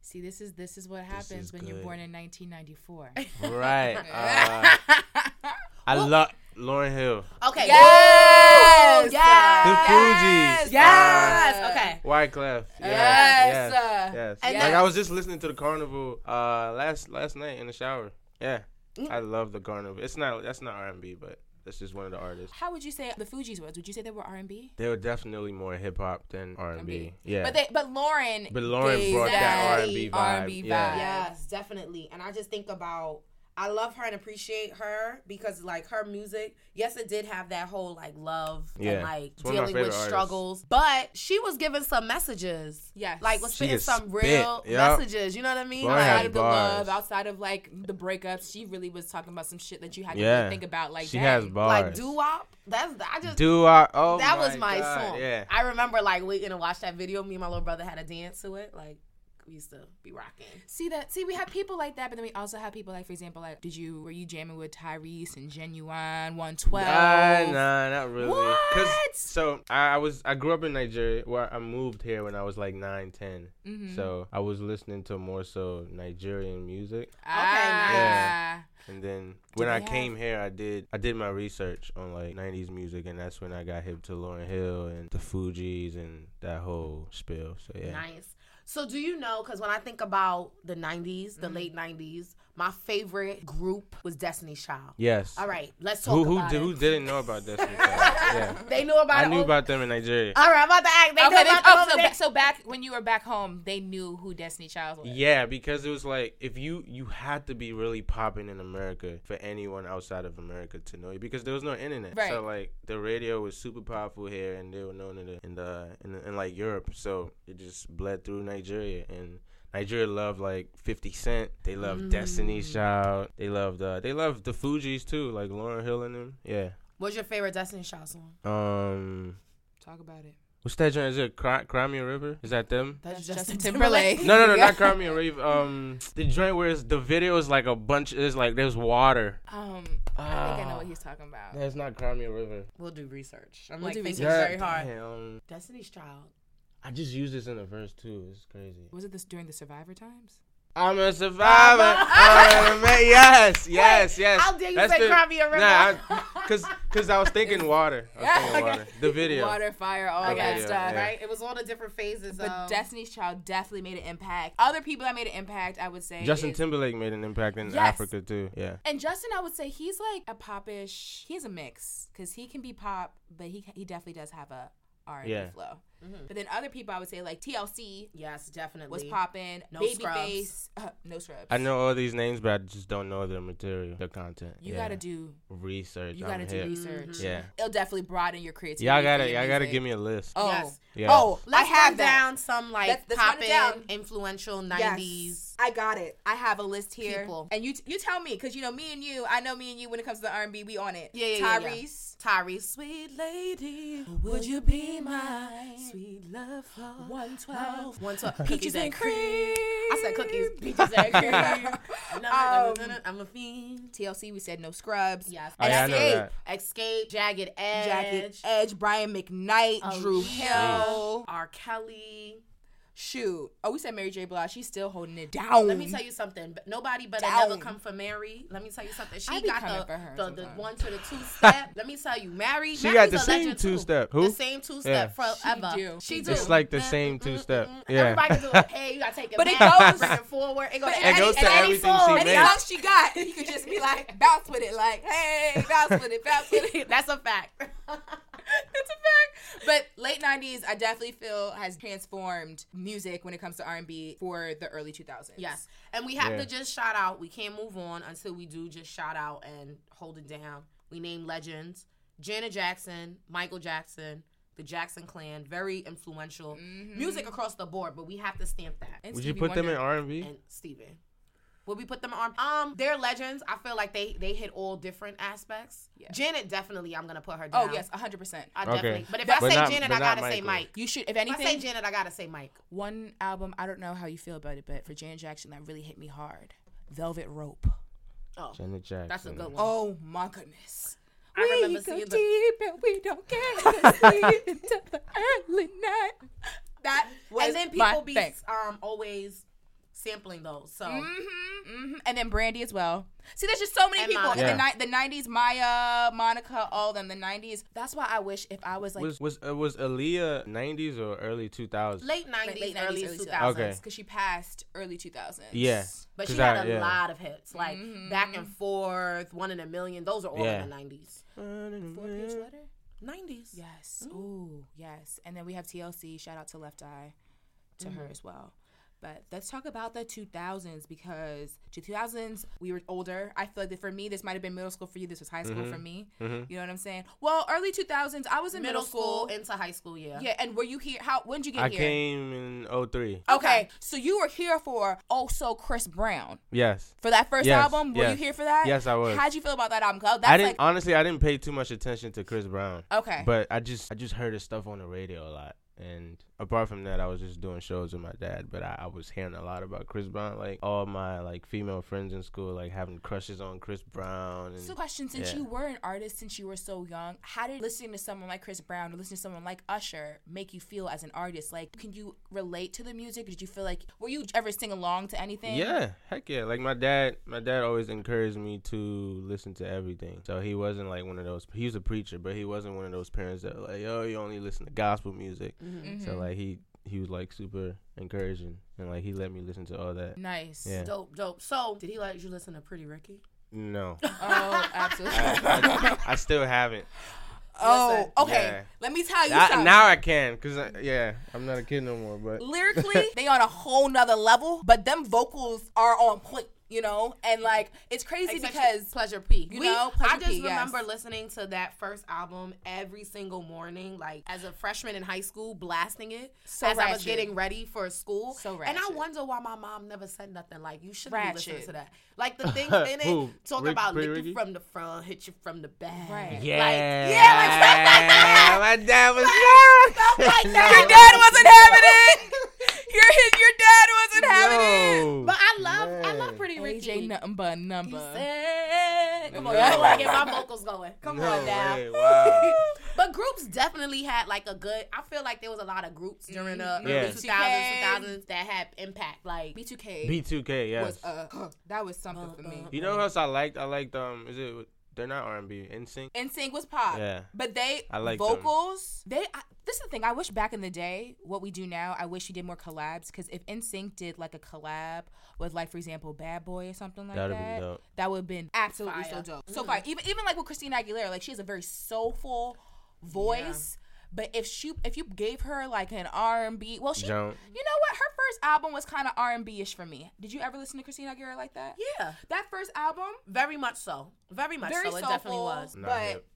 Speaker 4: See, this is this is what happens
Speaker 5: is
Speaker 4: when you're
Speaker 5: good.
Speaker 4: born in 1994.
Speaker 5: right. Uh, I love Lauren Hill.
Speaker 3: Okay.
Speaker 2: Oh,
Speaker 4: yes.
Speaker 3: Yes.
Speaker 5: The Fugees.
Speaker 3: Yes. okay.
Speaker 5: Uh, Wyclef. Yes.
Speaker 4: Yes.
Speaker 5: Yes. yes.
Speaker 3: And
Speaker 5: Like
Speaker 3: that-
Speaker 5: I was just listening to the Carnival uh last last night in the shower. Yeah. I love the Carnival. It's not that's not R&B, but that's just one of the artists.
Speaker 4: How would you say the Fugees was? Would you say they were R&B?
Speaker 5: They were definitely more hip hop than R&B. Yeah.
Speaker 4: But they, but Lauren.
Speaker 5: But Lauren
Speaker 4: gave
Speaker 5: brought that
Speaker 3: Exactly.
Speaker 5: R&B vibe.
Speaker 4: R&B
Speaker 5: yeah.
Speaker 4: vibe.
Speaker 3: Yes, definitely. And I just think about I love her and appreciate her because like her music, yes, it did have that whole like love and
Speaker 5: Yeah.
Speaker 3: like
Speaker 5: It's one of
Speaker 3: dealing
Speaker 5: my
Speaker 3: with
Speaker 5: favorite artists.
Speaker 3: struggles. But she was giving some messages.
Speaker 4: Yes.
Speaker 3: Like was
Speaker 5: She
Speaker 3: spitting
Speaker 5: could
Speaker 3: some
Speaker 5: spit.
Speaker 3: real
Speaker 5: Yup.
Speaker 3: messages. You know what I mean?
Speaker 5: Lauren
Speaker 3: Like,
Speaker 5: had
Speaker 4: Outside of the
Speaker 5: bars.
Speaker 4: love, outside of like the breakups, she really was talking about some shit that you had to
Speaker 5: Yeah.
Speaker 4: really think about. Like
Speaker 5: she
Speaker 4: dang.
Speaker 5: has bars.
Speaker 3: like doo wop. That's I just
Speaker 5: Do I? Oh,
Speaker 3: that was my
Speaker 5: God,
Speaker 3: song.
Speaker 5: Yeah.
Speaker 3: I remember like waiting to watch that video. Me and my little brother had a dance to it. Like we used to be rocking.
Speaker 4: See that? See, we have people like that, but then we also have people like, for example, like, did you were you jamming with Tyrese and Genuine One Twelve?
Speaker 5: Nah, nah, not really. 'Cause-
Speaker 4: What?
Speaker 5: so I, I was I grew up in Nigeria. Where I moved here when I was like nine, 10. So I was listening to more so Nigerian music,
Speaker 4: Ah,
Speaker 5: Yeah. and then when
Speaker 4: they
Speaker 5: I
Speaker 4: have-
Speaker 5: came here, I did I did my research on like '90s music, and that's when I got hip to Lauren Hill and the Fugees and that whole spiel. So yeah,
Speaker 3: Nice. So do you know? Because when I think about the '90s,
Speaker 4: Mm-hmm.
Speaker 3: the late '90s, my favorite group was Destiny's Child.
Speaker 5: Yes.
Speaker 3: All right, let's talk
Speaker 5: Who who,
Speaker 3: about
Speaker 5: did,
Speaker 3: it.
Speaker 5: who didn't know
Speaker 3: <laughs>
Speaker 5: about this? yeah.
Speaker 3: They knew about
Speaker 5: I
Speaker 3: it.
Speaker 5: knew
Speaker 3: over-
Speaker 5: about them in Nigeria.
Speaker 3: All right, I'm about to act. They
Speaker 4: Okay,
Speaker 3: knew
Speaker 4: then,
Speaker 3: about them
Speaker 4: oh,
Speaker 3: over
Speaker 4: so,
Speaker 3: there.
Speaker 4: back, so back when you were back home, they knew who Destiny Child was.
Speaker 5: Yeah, because it was like if you you had to be really popping in America for anyone outside of America to know you because there was no internet.
Speaker 4: Right.
Speaker 5: So like the radio was super powerful here, and they were known in the in the in, the, in like Europe. So it just bled through Nigeria and. Nigeria loved like 50 Cent. They
Speaker 4: Mm.
Speaker 5: loved Destiny's Child. They loved uh, they loved the Fugees too, like Lauren Hill and them. Yeah.
Speaker 3: What's your favorite Destiny's Child song?
Speaker 5: Um,
Speaker 4: Talk about it.
Speaker 5: what's that joint? Is it Cry, Cry Me a River? Is that them?
Speaker 4: That's Justin Timberlake.
Speaker 5: No, no, no, not Cry Me a River. Um, the joint where it's, the video is like a bunch. There's like there's water.
Speaker 4: Um, I think I know what he's talking about.
Speaker 5: That's not Cry Me a River.
Speaker 3: We'll do research. I'm
Speaker 4: We'll
Speaker 3: like
Speaker 4: do
Speaker 3: thinking
Speaker 4: research.
Speaker 3: very hard.
Speaker 5: Damn.
Speaker 3: Destiny's Child.
Speaker 5: I just used this in the verse too. It's crazy.
Speaker 4: Was it this during the Survivor times?
Speaker 5: I'm a survivor. I'm a ma- yes, yes, yes.
Speaker 3: how dare you say
Speaker 5: the-
Speaker 3: Cry Me a River?
Speaker 5: Nah, I, cause, cause I was thinking water. I was thinking water. The video.
Speaker 4: Water, fire, all that
Speaker 5: Oh, yeah,
Speaker 4: stuff.
Speaker 5: yeah.
Speaker 3: Right? It was all the different phases
Speaker 4: But
Speaker 3: of
Speaker 4: Destiny's Child definitely made an impact. Other people that made an impact, I would say.
Speaker 5: Justin
Speaker 4: is-
Speaker 5: Timberlake made an impact in
Speaker 4: Yes.
Speaker 5: Africa too. Yeah.
Speaker 4: And Justin, I would say he's like a popish. He's a mix because he can be pop, but he he definitely does have a R and B
Speaker 5: Yeah.
Speaker 4: flow. But then other people, I would say like TLC
Speaker 3: Yes, definitely.
Speaker 4: was popping.
Speaker 3: No
Speaker 4: Babyface, uh, no scrubs.
Speaker 5: I know all these names, but I just don't know their material, their content.
Speaker 4: You
Speaker 5: Yeah.
Speaker 4: gotta do.
Speaker 5: research.
Speaker 4: You gotta
Speaker 5: I'm
Speaker 4: do
Speaker 5: hip.
Speaker 4: research.
Speaker 5: Mm-hmm. Yeah.
Speaker 4: It'll definitely broaden your creativity.
Speaker 5: Y'all
Speaker 4: for
Speaker 5: gotta,
Speaker 4: your
Speaker 5: y'all gotta
Speaker 4: music.
Speaker 5: give me a list.
Speaker 4: Oh,
Speaker 3: Yes.
Speaker 5: Yeah.
Speaker 4: oh,
Speaker 3: Let's
Speaker 4: I have
Speaker 3: run
Speaker 4: that.
Speaker 3: down some like
Speaker 4: Let's- let's run it down.
Speaker 3: poppin', influential
Speaker 4: Yes.
Speaker 3: nineties.
Speaker 4: I got it. I have a list here.
Speaker 3: People.
Speaker 4: And you you tell me cuz you know me and you, I know me and you when it comes to the R&B, we on it.
Speaker 3: Yeah, yeah, yeah, yeah.
Speaker 4: Tyrese.
Speaker 3: Tyrese, sweet lady,
Speaker 4: Would you be mine?
Speaker 3: sweet love, for
Speaker 4: 112.
Speaker 3: one to
Speaker 4: Peaches and cream.
Speaker 3: I said cookies, peaches and cream. Nah, nah, nah, nah, I'm a fiend.
Speaker 4: TLC we said no scrubs.
Speaker 3: Yes.
Speaker 5: Oh, yeah, I know
Speaker 4: Escape.
Speaker 5: that.
Speaker 3: Escape, jagged edge,
Speaker 4: Jacket Edge, Oh, Brian McKnight, Drew Hill.
Speaker 3: R. Kelly.
Speaker 4: Shoot. Oh, we said Mary J. Blige. She's still holding it down.
Speaker 3: Let me tell you something. but Nobody better
Speaker 4: Down.
Speaker 3: never come for Mary. Let me tell you something. She
Speaker 4: I be
Speaker 3: got
Speaker 4: coming
Speaker 3: the,
Speaker 4: for her
Speaker 3: the, the
Speaker 4: sometimes.
Speaker 3: one to the
Speaker 4: <laughs>
Speaker 3: two step. Let me tell you, Mary.
Speaker 5: She
Speaker 3: Mary's
Speaker 5: got the
Speaker 3: a
Speaker 5: same
Speaker 3: legend, too.
Speaker 5: two-step. Who?
Speaker 3: The same two step
Speaker 5: Yeah.
Speaker 3: forever.
Speaker 4: She do. She
Speaker 3: She do.
Speaker 5: It's like the
Speaker 3: Mm,
Speaker 5: same
Speaker 3: mm, mm,
Speaker 5: two-step.
Speaker 3: mm, mm.
Speaker 5: Yeah.
Speaker 3: Everybody do it.
Speaker 5: <laughs>
Speaker 3: Hey, you gotta take it
Speaker 4: But it
Speaker 3: back,
Speaker 4: goes-
Speaker 3: bring it forward. It goes,
Speaker 4: But
Speaker 3: and
Speaker 4: it
Speaker 3: any-
Speaker 4: goes to
Speaker 3: and any
Speaker 5: everything she
Speaker 3: song.
Speaker 4: Any
Speaker 5: made.
Speaker 4: song she got, you could just be like, bounce with it, like, hey, bounce with it, bounce with
Speaker 3: <laughs>
Speaker 4: it.
Speaker 3: That's a fact.
Speaker 4: That's a fact. But late '90s, I definitely feel has transformed music when it comes to R&B for the early 2000s.
Speaker 3: Yes. And we have
Speaker 5: Yeah.
Speaker 3: to just shout out. We can't move on until we do just shout out and hold it down. We name legends Janet Jackson, Michael Jackson, the Jackson Clan, very influential
Speaker 4: Mm-hmm.
Speaker 3: music across the board, but we have to stamp that.
Speaker 4: And
Speaker 5: Would you
Speaker 4: Stevie
Speaker 5: put them in
Speaker 4: Wonder.
Speaker 5: R and B?
Speaker 3: And Steven. Will we put them on? Um, they're legends. I feel like they they hit all different aspects. Janet definitely. I'm gonna put her down.
Speaker 4: Oh yes, 100. percent
Speaker 3: I
Speaker 5: Okay.
Speaker 3: definitely. But if
Speaker 5: But
Speaker 3: I say
Speaker 5: not-
Speaker 3: Janet,
Speaker 5: but
Speaker 3: I
Speaker 5: not
Speaker 3: gotta say
Speaker 5: Michael.
Speaker 3: Mike.
Speaker 4: You should, if
Speaker 3: If I say
Speaker 4: anything,
Speaker 3: Janet, I gotta say Mike.
Speaker 4: one album. I don't know how you feel about it, but for Janet Jackson, that really hit me hard. Velvet Rope.
Speaker 3: Oh,
Speaker 5: Janet Jackson.
Speaker 3: that's a good one.
Speaker 4: Oh my goodness.
Speaker 3: I remember seeing the-
Speaker 4: and we don't care to <laughs> sleep until the early night. That was
Speaker 3: and then
Speaker 4: my
Speaker 3: people be
Speaker 4: thing.
Speaker 3: um always sampling those. So
Speaker 4: hmm and then Brandy as well. See, there's just so many
Speaker 3: And
Speaker 4: people.
Speaker 3: Monica.
Speaker 4: And the, ni- the 90s, Maya, Monica, all of them, the 90s. That's why I wish if I was like,
Speaker 5: Was was uh, was Aaliyah '90s or early 2000s?
Speaker 3: late nineties,
Speaker 4: late 90s,
Speaker 3: early
Speaker 4: early
Speaker 3: two
Speaker 4: 2000s.
Speaker 3: thousands.
Speaker 5: Okay.
Speaker 4: because she passed early 2000s.
Speaker 5: Yeah.
Speaker 3: But
Speaker 5: 'Cause
Speaker 3: she had
Speaker 5: I-
Speaker 3: a
Speaker 5: yeah.
Speaker 3: lot of hits, like back and forth, one in a million. Those are all
Speaker 5: Yeah.
Speaker 3: in the nineties.
Speaker 4: Four page letter?
Speaker 3: Nineties.
Speaker 4: Yes. Ooh, yes. And then we have TLC. Shout out to Left Eye to her
Speaker 5: Mm.
Speaker 4: as well. But let's talk about the 2000s because to 2000s we were older. I feel like that for me this might have been middle school for you. This was high school
Speaker 5: Mm-hmm.
Speaker 4: for me. You know what I'm saying? Well, early 2000s I was in
Speaker 3: Middle
Speaker 4: middle,
Speaker 3: school
Speaker 4: school.
Speaker 3: into high school, yeah.
Speaker 4: yeah, and were you here? How? When did you get
Speaker 5: I
Speaker 4: here?
Speaker 5: came in 03.
Speaker 4: Okay, so you were here for also Chris Brown
Speaker 5: Yes.
Speaker 4: for that first
Speaker 5: Yes,
Speaker 4: album. Were
Speaker 5: yes.
Speaker 4: you here for that?
Speaker 5: Yes, I was.
Speaker 4: How'd you feel about that album? 'Cause That's
Speaker 5: I didn't um,
Speaker 4: like
Speaker 5: honestly. I didn't pay too much attention to Chris Brown.
Speaker 4: Okay.
Speaker 5: But I just I just heard his stuff on the radio a lot, and apart from that, I was just doing shows with my dad. But I, I was hearing a lot about Chris Brown. Like all my like female friends in school, like having crushes on Chris Brown. And
Speaker 4: So, question: Since
Speaker 5: Yeah.
Speaker 4: you were an artist, since you were so young, how did listening to someone like Chris Brown or listening to someone like Usher make you feel as an artist? Like, can you relate to the music? Did you feel like were you ever sing along to anything?
Speaker 5: Yeah, heck yeah. Like my dad, my dad always encouraged me to listen to everything. So he wasn't like one of those. He was a preacher, but he wasn't one of those parents that were like, oh, you only listen to gospel music. So like he he was like super encouraging and like he let me listen to all that.
Speaker 4: Nice.
Speaker 5: Yeah.
Speaker 3: Dope, dope. So, did he let you listen to Pretty Ricky?
Speaker 5: No,
Speaker 4: Oh, absolutely.
Speaker 5: I, I still haven't.
Speaker 3: Oh, okay.
Speaker 5: Yeah.
Speaker 3: Let me tell you
Speaker 5: I,
Speaker 3: something.
Speaker 5: now I can, cause I, yeah, I'm not a kid no more. But <laughs>
Speaker 3: Lyrically, they on a whole nother level, but them vocals are on point, you know? And like it's crazy <laughs> because
Speaker 4: pleasure P.
Speaker 3: you
Speaker 4: We-
Speaker 3: know,
Speaker 4: Pleasure
Speaker 3: I just
Speaker 4: P, yes.
Speaker 3: remember listening to that first album every single morning, like as a freshman in high school, blasting it
Speaker 4: So
Speaker 3: as I was
Speaker 4: ratchet.
Speaker 3: getting ready for school.
Speaker 4: So
Speaker 3: and I
Speaker 4: ratchet.
Speaker 3: wonder why my mom never said nothing like you shouldn't be listening
Speaker 4: Ratchet.
Speaker 3: to that. Like
Speaker 5: <laughs>
Speaker 3: the things in it,
Speaker 5: Who?
Speaker 3: talking
Speaker 5: Rick-
Speaker 3: about
Speaker 5: Pretty
Speaker 3: lick
Speaker 5: Ricky?
Speaker 3: you from the front, hit you from the back.
Speaker 4: Right.
Speaker 3: Like,
Speaker 5: yeah,
Speaker 3: yeah, like stuff like that.
Speaker 5: My dad was
Speaker 3: Stuff like that. Your dad wasn't having it. Your your dad wasn't having it.
Speaker 5: Yo,
Speaker 3: But I love I love
Speaker 5: man.
Speaker 3: Pretty Ricky.
Speaker 4: AJ nothing but a
Speaker 3: You
Speaker 4: number.
Speaker 3: said- Come on,
Speaker 5: No.
Speaker 3: y'all
Speaker 4: <laughs>
Speaker 3: want
Speaker 5: <laughs>
Speaker 3: to get my vocals going. Come
Speaker 5: No
Speaker 3: on now.
Speaker 5: way, wow.
Speaker 3: <laughs> But groups definitely had like a good. I feel like there was a lot of groups during the
Speaker 5: Yeah.
Speaker 3: early 2000s, 2000s that had impact. Like
Speaker 4: B2K
Speaker 5: B2K, yes.
Speaker 4: was uh, that was something for me.
Speaker 5: you know who else I liked? I liked um, is it? They're not R&B. NSYNC.
Speaker 4: NSYNC was pop.
Speaker 5: Yeah.
Speaker 4: But they
Speaker 5: I like them.
Speaker 4: vocals. They I, this is the thing. I wish back in the day, what we do now, I wish you did more collabs. Because if NSYNC did like a collab with, like for example, Bad Boy or something like
Speaker 5: That'd've been
Speaker 4: that,
Speaker 5: dope.
Speaker 4: that would have been absolutely so
Speaker 3: Fire.
Speaker 4: dope. So far, even even like with Christina Aguilera, like she has a very soulful voice. But if she if you gave her like an R and B, well she
Speaker 5: Jump.
Speaker 4: you know what her first album was kind of R and B ish for me. Did you ever listen to Christina Aguilera like that?
Speaker 3: yeah,
Speaker 4: That first album,
Speaker 3: very much so. Very much
Speaker 4: very
Speaker 3: so. It
Speaker 4: soulful,
Speaker 3: definitely was.
Speaker 5: Not
Speaker 4: but
Speaker 5: hip.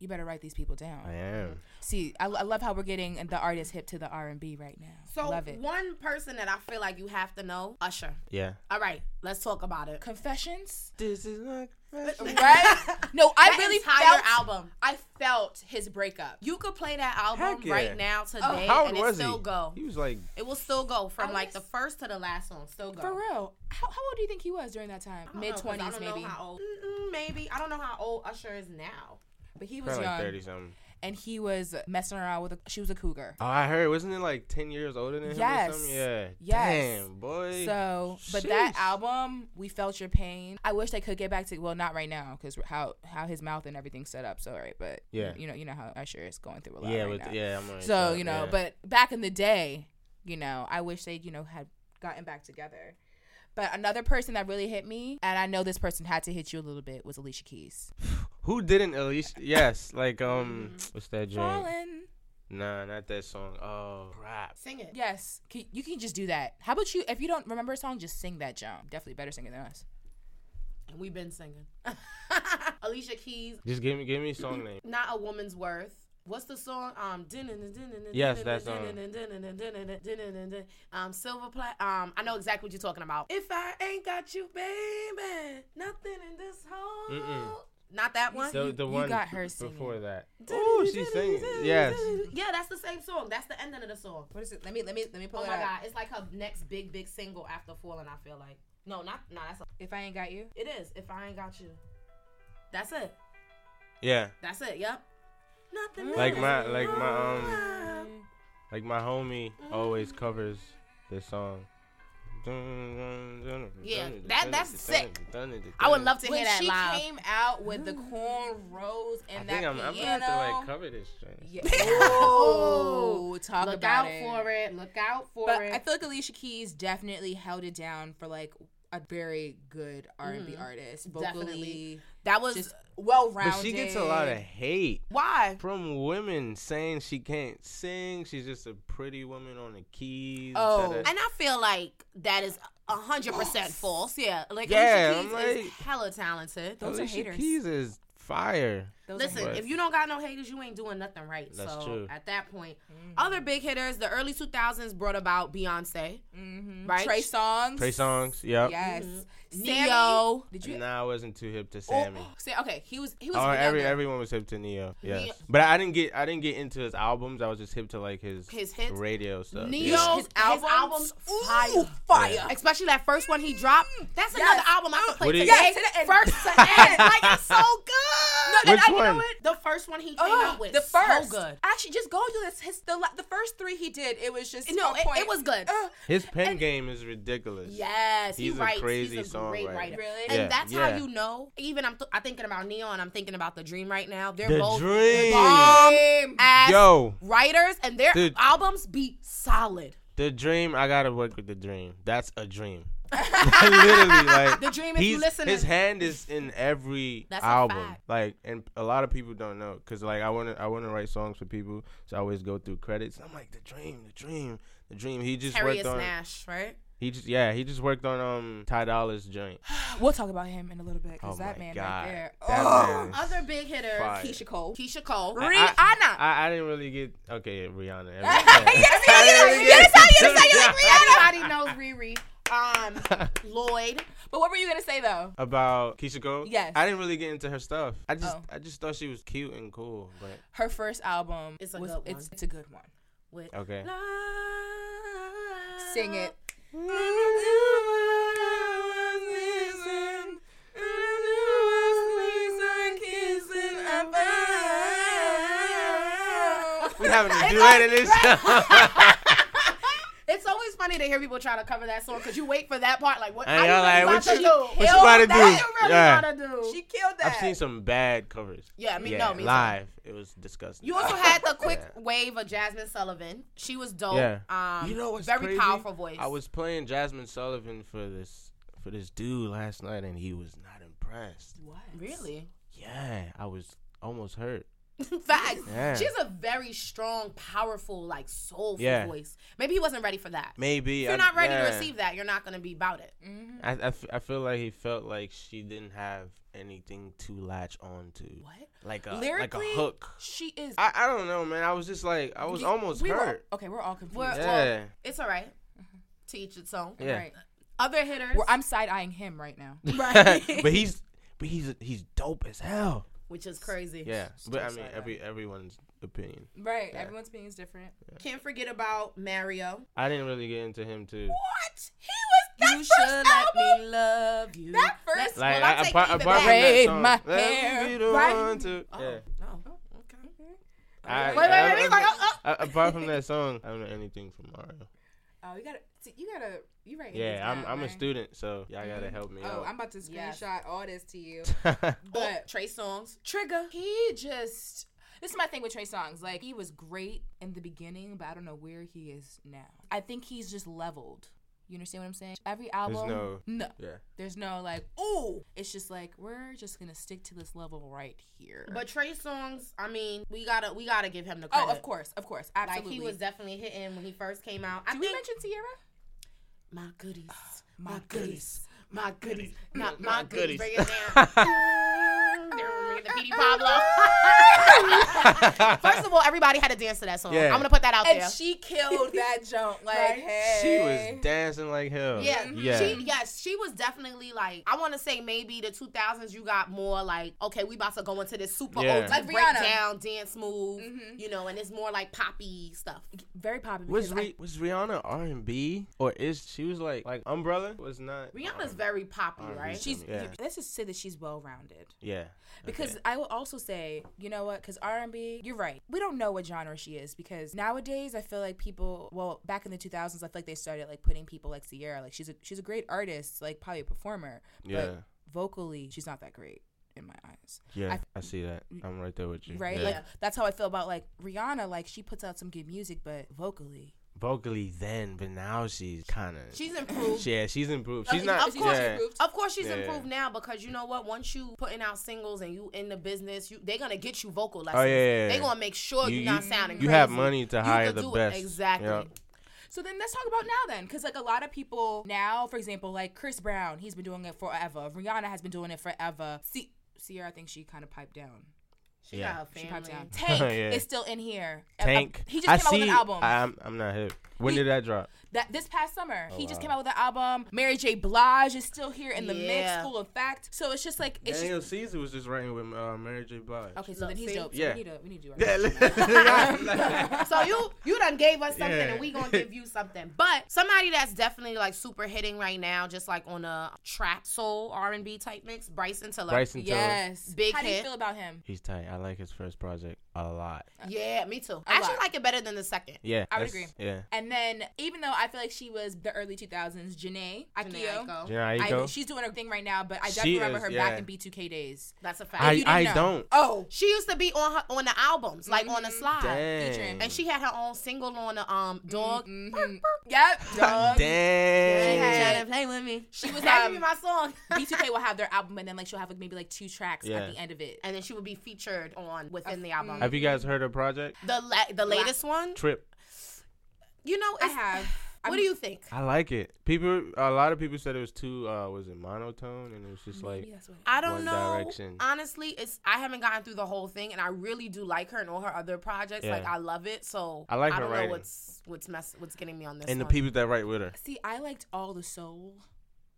Speaker 4: you better write these people down.
Speaker 5: I am.
Speaker 4: See, I, I love how we're getting the artist hip to the R and B right now.
Speaker 3: So
Speaker 4: love it.
Speaker 3: one person that I feel like you have to know, Usher.
Speaker 5: Yeah.
Speaker 3: All right, let's talk about it.
Speaker 4: Confessions,
Speaker 5: This is not.
Speaker 4: right? no, I
Speaker 3: That
Speaker 4: really
Speaker 3: entire
Speaker 4: felt.
Speaker 3: album.
Speaker 4: I felt his breakup.
Speaker 3: You could play that album
Speaker 5: Heck yeah. Oh,
Speaker 3: right now today,
Speaker 5: How old
Speaker 3: and it
Speaker 5: was
Speaker 3: still
Speaker 5: he?
Speaker 3: go.
Speaker 5: He was like
Speaker 3: It will still go from
Speaker 4: I
Speaker 3: like
Speaker 4: was-
Speaker 3: the first to the last song. Still go.
Speaker 4: For real, how, how old do you think he was during that time? Mid twenties, maybe.
Speaker 3: Maybe I don't know how old Usher is now.
Speaker 4: But he was
Speaker 5: probably like
Speaker 4: young,
Speaker 5: thirty something.
Speaker 4: and he was messing around with. A, she was a cougar.
Speaker 5: Oh, I heard. Wasn't it like ten years older than him?
Speaker 4: Yes.
Speaker 5: Or something? Yeah.
Speaker 4: Yes.
Speaker 5: Damn, boy.
Speaker 4: So, but that
Speaker 5: Sheesh.
Speaker 4: album, we felt your pain. I wish they could get back to well, not right now, because how how his mouth and everything's set up. So right, but
Speaker 5: Yeah.
Speaker 4: you know, you know how Usher is going through a lot.
Speaker 5: yeah,
Speaker 4: right
Speaker 5: with,
Speaker 4: now.
Speaker 5: yeah. I'm already
Speaker 4: So,
Speaker 5: shocked,
Speaker 4: you know,
Speaker 5: yeah.
Speaker 4: but back in the day, you know, I wish they, you know, had gotten back together. But another person that really hit me, and I know this person had to hit you a little bit, was Alicia Keys.
Speaker 5: who didn't at least? Yes, like um, what's that joint?
Speaker 4: Fallen.
Speaker 5: Nah, not that song. Oh crap.
Speaker 3: Sing it.
Speaker 4: Yes. Can- You can just do that. How about you? If you don't remember a song, just sing that, Joan. Definitely better singer than us.
Speaker 3: And we've been singing. <laughs> Alicia Keys,
Speaker 5: Just give me give me a song name.
Speaker 3: not a woman's worth. What's the song? Um, din-din-din, din-din-din,
Speaker 5: Yes, that
Speaker 3: din-din-din, din-din-din, din-din-din, din-din-din, um, silver plat. Um, I know exactly what you're talking about. If I ain't got you, baby, nothing in this whole.
Speaker 5: Mm-mm.
Speaker 3: Not that one.
Speaker 5: The, the
Speaker 4: you
Speaker 5: one
Speaker 4: got her
Speaker 5: before
Speaker 4: singing.
Speaker 5: that. Oh, she's singing. Yes.
Speaker 3: Yeah, that's the same song. That's the ending of the song.
Speaker 4: What is it? Let me let me let me pull
Speaker 3: Oh
Speaker 4: it
Speaker 3: my
Speaker 4: up.
Speaker 3: god, it's like her next big big single after Falling. I feel like no, not no, that's
Speaker 4: If I ain't got you,
Speaker 3: it is. If I ain't got you, that's it.
Speaker 5: Yeah.
Speaker 3: That's it. Yep. Nothing.
Speaker 5: Like
Speaker 3: else.
Speaker 5: my like my um
Speaker 4: Mm-hmm.
Speaker 5: like my homie always covers this song.
Speaker 3: Yeah, that- that's sick. I
Speaker 5: I
Speaker 3: would love to
Speaker 4: when
Speaker 3: hear that
Speaker 4: she
Speaker 3: live.
Speaker 4: came out with the cornrows
Speaker 5: I
Speaker 4: and that
Speaker 5: think I'm, I'm gonna
Speaker 4: piano,
Speaker 5: have to like cover this. Joint.
Speaker 4: yeah. oh, talk
Speaker 3: Look
Speaker 4: about
Speaker 3: out
Speaker 4: it.
Speaker 3: for it. Look out for
Speaker 4: But
Speaker 3: it.
Speaker 4: I feel like Alicia Keys definitely held it down for like a very good R and B artist, vocally.
Speaker 3: Mm-hmm. Definitely. that was
Speaker 4: Just
Speaker 3: well
Speaker 5: But
Speaker 3: rounded.
Speaker 5: she gets a lot of hate
Speaker 3: why?
Speaker 5: from women saying she can't sing. She's just a pretty woman on the keys.
Speaker 4: Oh.
Speaker 5: da-da.
Speaker 3: And I feel like that is a hundred percent false. Yeah, like
Speaker 5: Yeah,
Speaker 3: Alicia Keys
Speaker 5: I'm
Speaker 3: is
Speaker 5: like-
Speaker 3: hella talented.
Speaker 4: Those are
Speaker 5: Alicia
Speaker 4: haters.
Speaker 5: Keys is fire.
Speaker 4: Those
Speaker 3: Listen,
Speaker 5: Right.
Speaker 3: if you don't got no haters, you ain't doing nothing right.
Speaker 5: That's
Speaker 3: so
Speaker 5: true.
Speaker 3: at that point, other big hitters, the early 2000s brought about Beyonce,
Speaker 4: hmm
Speaker 3: right?
Speaker 4: Trey songs,
Speaker 5: Trey songs. Yep.
Speaker 4: yes,
Speaker 3: Neo.
Speaker 4: Neo. Did you?
Speaker 5: Nah, I wasn't too hip to Sammy.
Speaker 3: Oh,
Speaker 4: Say okay, he was he was.
Speaker 5: Oh, every
Speaker 4: younger.
Speaker 5: everyone was hip to Neo. Yes,
Speaker 3: Neo-
Speaker 5: but I didn't get I didn't get into his albums. I was just hip to like his
Speaker 3: His hits.
Speaker 5: radio stuff.
Speaker 3: Neo,
Speaker 5: Yeah.
Speaker 3: his,
Speaker 4: His
Speaker 3: albums,
Speaker 4: albums-
Speaker 3: fire.
Speaker 4: Ooh,
Speaker 3: fire. Especially that first one he dropped. That's
Speaker 4: Yes.
Speaker 3: another album I could play
Speaker 5: What
Speaker 3: today. <laughs>
Speaker 5: did- <laughs>
Speaker 4: Yes, to the end.
Speaker 3: First to end. like, it's so good.
Speaker 5: Which one?
Speaker 3: The first one he came
Speaker 4: Ugh,
Speaker 3: out with.
Speaker 4: the first.
Speaker 3: so good.
Speaker 4: Actually, just go do this. His the la- the first three he did, it was just
Speaker 3: No,
Speaker 4: on
Speaker 3: it,
Speaker 4: point.
Speaker 3: it was good.
Speaker 4: Ugh.
Speaker 5: His pen game is ridiculous.
Speaker 3: Yes,
Speaker 5: He's
Speaker 3: he
Speaker 5: a
Speaker 3: writes.
Speaker 5: crazy
Speaker 3: He's a great
Speaker 5: songwriter.
Speaker 3: writer.
Speaker 4: Really?
Speaker 3: And
Speaker 5: Yeah,
Speaker 3: that's how
Speaker 5: yeah.
Speaker 3: you know. Even I'm, th- I'm thinking about Neon. I'm thinking about the Dream right now. They're
Speaker 5: The
Speaker 3: both
Speaker 5: Dream.
Speaker 3: bomb ass
Speaker 5: Yo,
Speaker 3: writers, and their
Speaker 5: Dude.
Speaker 3: albums be solid.
Speaker 5: the dream. I gotta work with the dream. That's a
Speaker 3: <laughs>
Speaker 5: dream. <laughs> Literally, like
Speaker 3: The Dream, if you
Speaker 5: he's-
Speaker 3: listening.
Speaker 5: His hand is in every
Speaker 3: That's a
Speaker 5: album.
Speaker 3: fact.
Speaker 5: Like, and a lot of people don't know because, like, I wanna I wanna write songs for people, so I always go through credits. I'm like, the dream, the dream, the dream. He just
Speaker 3: Harriet
Speaker 5: worked on.
Speaker 3: Nash, right?
Speaker 5: He just yeah, he just worked on um Ty Dolla's joint.
Speaker 4: We'll talk about him in a little bit
Speaker 5: Oh
Speaker 4: because that
Speaker 5: my
Speaker 4: man
Speaker 5: God.
Speaker 4: right there.
Speaker 5: That
Speaker 4: oh,
Speaker 5: man is
Speaker 3: Other big hitters,
Speaker 5: fire.
Speaker 4: Keisha Cole.
Speaker 3: Keisha Cole,
Speaker 5: I-
Speaker 3: Rihanna. I,
Speaker 5: I, I didn't really get okay,
Speaker 3: <laughs>
Speaker 5: yeah, Rihanna.
Speaker 4: Yes, yes, yes, yes, yes, yes, yes,
Speaker 5: <laughs>
Speaker 3: Everybody knows Riri. Um, Lloyd.
Speaker 4: But what were you gonna say though?
Speaker 5: About Keisha Cole.
Speaker 4: Yes.
Speaker 5: I didn't really get into her stuff. I just
Speaker 4: Oh.
Speaker 5: I just thought she was cute and cool, but
Speaker 4: Her first album
Speaker 3: It's a
Speaker 4: was
Speaker 3: good
Speaker 4: it's
Speaker 3: one.
Speaker 4: it's a good one.
Speaker 3: With
Speaker 5: okay.
Speaker 4: Sing it.
Speaker 5: We having a duet in this.
Speaker 3: <laughs> It's always funny to hear people try to cover that song because you wait for that part. Like, what?
Speaker 5: And
Speaker 3: how you
Speaker 5: y'all
Speaker 3: really
Speaker 5: like,
Speaker 3: about
Speaker 5: what
Speaker 3: to
Speaker 5: you-
Speaker 3: do?
Speaker 5: what you
Speaker 3: Hell,
Speaker 5: about to
Speaker 3: that
Speaker 5: do?
Speaker 3: you really
Speaker 5: Yeah.
Speaker 3: about to do?
Speaker 4: She killed that.
Speaker 5: I've seen some bad covers.
Speaker 3: Yeah, me- no, me too.
Speaker 5: Live, it was disgusting.
Speaker 3: You
Speaker 5: <laughs>
Speaker 3: also had the quick wave of Jasmine Sullivan. She was dope.
Speaker 5: Yeah.
Speaker 3: Um,
Speaker 5: you know what's
Speaker 3: very
Speaker 5: crazy?
Speaker 3: powerful voice.
Speaker 5: I was playing Jasmine Sullivan for this for this dude last night, and he was not impressed.
Speaker 4: What?
Speaker 3: really <laughs>
Speaker 5: Yeah, I was almost hurt.
Speaker 3: facts.
Speaker 5: Yeah.
Speaker 3: She's a very strong, powerful, like soulful
Speaker 5: Yeah.
Speaker 3: voice. Maybe he wasn't ready for that.
Speaker 5: Maybe
Speaker 3: If you're
Speaker 5: I'm-
Speaker 3: not ready
Speaker 5: yeah.
Speaker 3: to receive that, you're not gonna be about it.
Speaker 5: I, I, f- I feel like he felt like she didn't have anything to latch on to.
Speaker 3: What?
Speaker 5: Like a
Speaker 4: Lyrically,
Speaker 5: like a hook.
Speaker 4: She is.
Speaker 5: I, I don't know, man. I was just like I was almost
Speaker 4: we were-
Speaker 5: hurt.
Speaker 4: okay, we're all confused.
Speaker 3: We're-
Speaker 5: yeah,
Speaker 3: It's all right. To each its own.
Speaker 5: yeah. <laughs>
Speaker 4: Right.
Speaker 3: Other hitters.
Speaker 4: Well, I'm side eyeing him right now.
Speaker 5: but he's but he's he's dope as hell.
Speaker 3: which is crazy.
Speaker 4: <laughs>
Speaker 5: Yeah, but I mean
Speaker 4: side
Speaker 5: every everyone's opinion.
Speaker 4: <laughs> Right. Everyone's opinion is different.
Speaker 3: Can't forget about Mario.
Speaker 5: I didn't really get into him too.
Speaker 3: What? He was that
Speaker 4: You
Speaker 3: first
Speaker 4: should let me
Speaker 3: album. love you.
Speaker 4: That first
Speaker 5: Like
Speaker 3: well, I,
Speaker 5: I,
Speaker 3: take
Speaker 5: apart,
Speaker 3: it
Speaker 5: apart
Speaker 3: back.
Speaker 5: from
Speaker 4: Braid
Speaker 5: that song,
Speaker 4: my
Speaker 5: let me
Speaker 4: hair,
Speaker 5: be the
Speaker 4: right? Oh.
Speaker 5: one to- yeah.
Speaker 3: No. okay.
Speaker 5: I-
Speaker 3: Wait, wait,
Speaker 5: I-
Speaker 3: wait,
Speaker 5: I-
Speaker 3: he's like, oh,
Speaker 4: uh,
Speaker 3: oh.
Speaker 5: I- apart from that song, I don't know anything from
Speaker 4: <laughs>
Speaker 5: Mario.
Speaker 4: Oh, you gotta, see, you gotta, you right.
Speaker 5: Yeah, I'm I'm a student, so y'all gotta help me
Speaker 4: Oh,
Speaker 5: out.
Speaker 4: I'm about to
Speaker 3: Yes.
Speaker 4: screenshot all this to you.
Speaker 3: But
Speaker 5: <laughs>
Speaker 4: But-
Speaker 3: Trey Songs.
Speaker 4: Trigger. He just. This is my thing with Trey Songs. Like he was great in the beginning, but I don't know where he is now. I think he's just leveled. You understand what I'm saying? Every album,
Speaker 5: no-
Speaker 4: no,
Speaker 5: yeah.
Speaker 4: there's no like, ooh. It's just like we're just gonna stick to this level right here.
Speaker 3: But Trey Songs, I mean, we gotta we gotta give him the
Speaker 4: oh,
Speaker 3: credit.
Speaker 4: of course, of course,
Speaker 3: Like
Speaker 4: absolutely.
Speaker 3: he was definitely hitting when he first came out. I
Speaker 4: Did we
Speaker 3: think
Speaker 4: mention Sierra?
Speaker 3: my goodies,
Speaker 4: My
Speaker 3: my goodies, my goodies, not
Speaker 5: My
Speaker 3: my goodies. Bring
Speaker 5: goodies.
Speaker 3: it
Speaker 4: <laughs>
Speaker 5: <laughs>
Speaker 3: down. Bring it to Petey Pablo. First of all, everybody had to dance to that song.
Speaker 5: Yeah.
Speaker 3: I'm gonna put that out
Speaker 4: And
Speaker 3: there.
Speaker 4: she killed <laughs> that jump. Like,
Speaker 3: Right?
Speaker 4: hey.
Speaker 5: She was dancing like hell.
Speaker 3: Yeah.
Speaker 5: yeah.
Speaker 3: She yes, she was definitely like I want to say maybe the 2000s you got more like okay, we about to go into this super
Speaker 5: Yeah.
Speaker 3: OG
Speaker 4: Like Rihanna. Mm-hmm.
Speaker 3: breakdown dance move, you know, and it's more like poppy stuff.
Speaker 4: very popular.
Speaker 5: Was
Speaker 4: because I-
Speaker 5: Rih- was Rihanna R and B or is she was like like Umbrella was not
Speaker 3: Rihanna's very poppy,
Speaker 5: R&B.
Speaker 3: right?
Speaker 4: she's
Speaker 5: Yeah.
Speaker 4: let's just say that she's well rounded.
Speaker 5: yeah
Speaker 4: Because
Speaker 5: Okay.
Speaker 4: I will also say, you know what? Because R and B, you're right. We don't know what genre she is because nowadays I feel like people. Well, back in the 2000s, I feel like they started like putting people like Sierra. Like she's a she's a great artist, like probably a performer. But
Speaker 5: Yeah.
Speaker 4: vocally, she's not that great in my eyes.
Speaker 5: yeah
Speaker 4: I- Mm.
Speaker 5: I, see that I'm right there with you
Speaker 4: Right?
Speaker 5: Yeah.
Speaker 4: Like that's how I feel about like Rihanna. Like she puts out some good music, but vocally,
Speaker 5: vocally then but now she's kind of
Speaker 3: She's improved.
Speaker 5: yeah she's
Speaker 4: Oh,
Speaker 5: improved she's
Speaker 3: Of
Speaker 5: not
Speaker 3: course she's
Speaker 5: yeah.
Speaker 4: improved.
Speaker 3: Of course, she's
Speaker 5: Yeah.
Speaker 3: improved now because you know what? Once you putting out singles and you in the business, you they're gonna get you vocal lessons.
Speaker 5: Oh, yeah, yeah, yeah.
Speaker 3: They're gonna make sure you,
Speaker 5: You-
Speaker 3: are not
Speaker 5: you-
Speaker 3: sounding.
Speaker 5: you have
Speaker 3: crazy.
Speaker 5: money to
Speaker 3: You
Speaker 5: hire
Speaker 3: could
Speaker 5: the
Speaker 3: do it.
Speaker 5: best.
Speaker 3: Exactly.
Speaker 5: Yep.
Speaker 4: So then let's talk about now then, because like a lot of people now, for example, like Chris Brown, he's been doing it forever. Rihanna has been doing it forever. See, Sierra, I think she kind of piped down.
Speaker 3: She
Speaker 5: Yeah.
Speaker 3: got her
Speaker 4: She piped
Speaker 3: family.
Speaker 4: down. Tank
Speaker 5: <laughs> Yeah.
Speaker 4: is still in here. Uh, uh,
Speaker 5: Tank
Speaker 4: He just
Speaker 5: I
Speaker 4: came out with an
Speaker 5: see-
Speaker 4: album
Speaker 5: I, Oh, am I'm not hip when
Speaker 4: He-
Speaker 5: did that drop
Speaker 4: that this past summer. he just came out with an album. Mary J. Blige is still here in the
Speaker 3: Yeah.
Speaker 4: mix, full of fact. So it's just like it's
Speaker 5: Daniel
Speaker 4: just,
Speaker 5: Caesar was just writing with uh, Mary J Blige <laughs>
Speaker 4: okay. So
Speaker 3: Look,
Speaker 4: then he's
Speaker 3: see?
Speaker 4: dope. So
Speaker 5: Yeah.
Speaker 4: we need to we need to. do our- <laughs>
Speaker 5: yeah like-
Speaker 3: So you you done gave us something
Speaker 5: Yeah.
Speaker 3: and we
Speaker 5: <laughs>
Speaker 3: gonna give you something. But somebody that's definitely like super hitting right now, just like on a trap soul R and B type mix, Bryson Tiller.
Speaker 5: Bryson Tiller
Speaker 4: Yes.
Speaker 3: Big
Speaker 4: How do you
Speaker 3: hit.
Speaker 4: feel about him?
Speaker 5: he's tight I like his first project a lot.
Speaker 3: Yeah, me too. I actually
Speaker 4: lot.
Speaker 3: like it better than the second.
Speaker 5: Yeah,
Speaker 4: I would
Speaker 5: that's-
Speaker 4: agree.
Speaker 5: Yeah,
Speaker 4: And then, even though I feel like she was the early 2000s, Janae
Speaker 3: Janae
Speaker 4: Akio.
Speaker 3: Aiko.
Speaker 5: Jenna
Speaker 4: I,
Speaker 5: Aiko.
Speaker 4: she's doing her thing right now, but I
Speaker 5: She
Speaker 4: definitely remember
Speaker 5: is,
Speaker 4: her
Speaker 5: yeah.
Speaker 4: back in B2K days.
Speaker 3: That's a fact.
Speaker 5: I
Speaker 4: you didn't
Speaker 5: I
Speaker 4: know.
Speaker 5: don't.
Speaker 4: Oh,
Speaker 3: she used to be on her, on the albums, like on the slide,
Speaker 5: Dang.
Speaker 3: and she had her own single on the um dog.
Speaker 4: mhm.
Speaker 5: <laughs>
Speaker 4: yep, dog.
Speaker 5: Dang.
Speaker 3: play with me. Um, She <laughs> was
Speaker 4: That
Speaker 3: that
Speaker 4: could be
Speaker 3: my song,
Speaker 4: B2K will have their album, and then like she'll have like maybe like two tracks
Speaker 5: Yeah.
Speaker 4: at the end of it.
Speaker 3: and then she would be featured on within the album.
Speaker 5: Have you guys heard her project?
Speaker 3: the la- the latest one,
Speaker 5: Trip.
Speaker 3: you know,
Speaker 4: I
Speaker 3: it's,
Speaker 4: have.
Speaker 3: What do you think?
Speaker 5: I like it. People, a lot of people said it was too. Uh, was it monotone? And it was just like.
Speaker 3: I don't
Speaker 5: One
Speaker 3: know.
Speaker 5: Direction.
Speaker 3: Honestly, it's I haven't gotten through the whole thing, and I really do like her and all her other projects. Like
Speaker 5: Yeah.
Speaker 3: I love it. So
Speaker 5: I like her
Speaker 3: don't
Speaker 5: writing.
Speaker 3: know what's what's mess what's getting me on this.
Speaker 5: And the
Speaker 3: one.
Speaker 5: people that write with her.
Speaker 4: See, I liked all the soul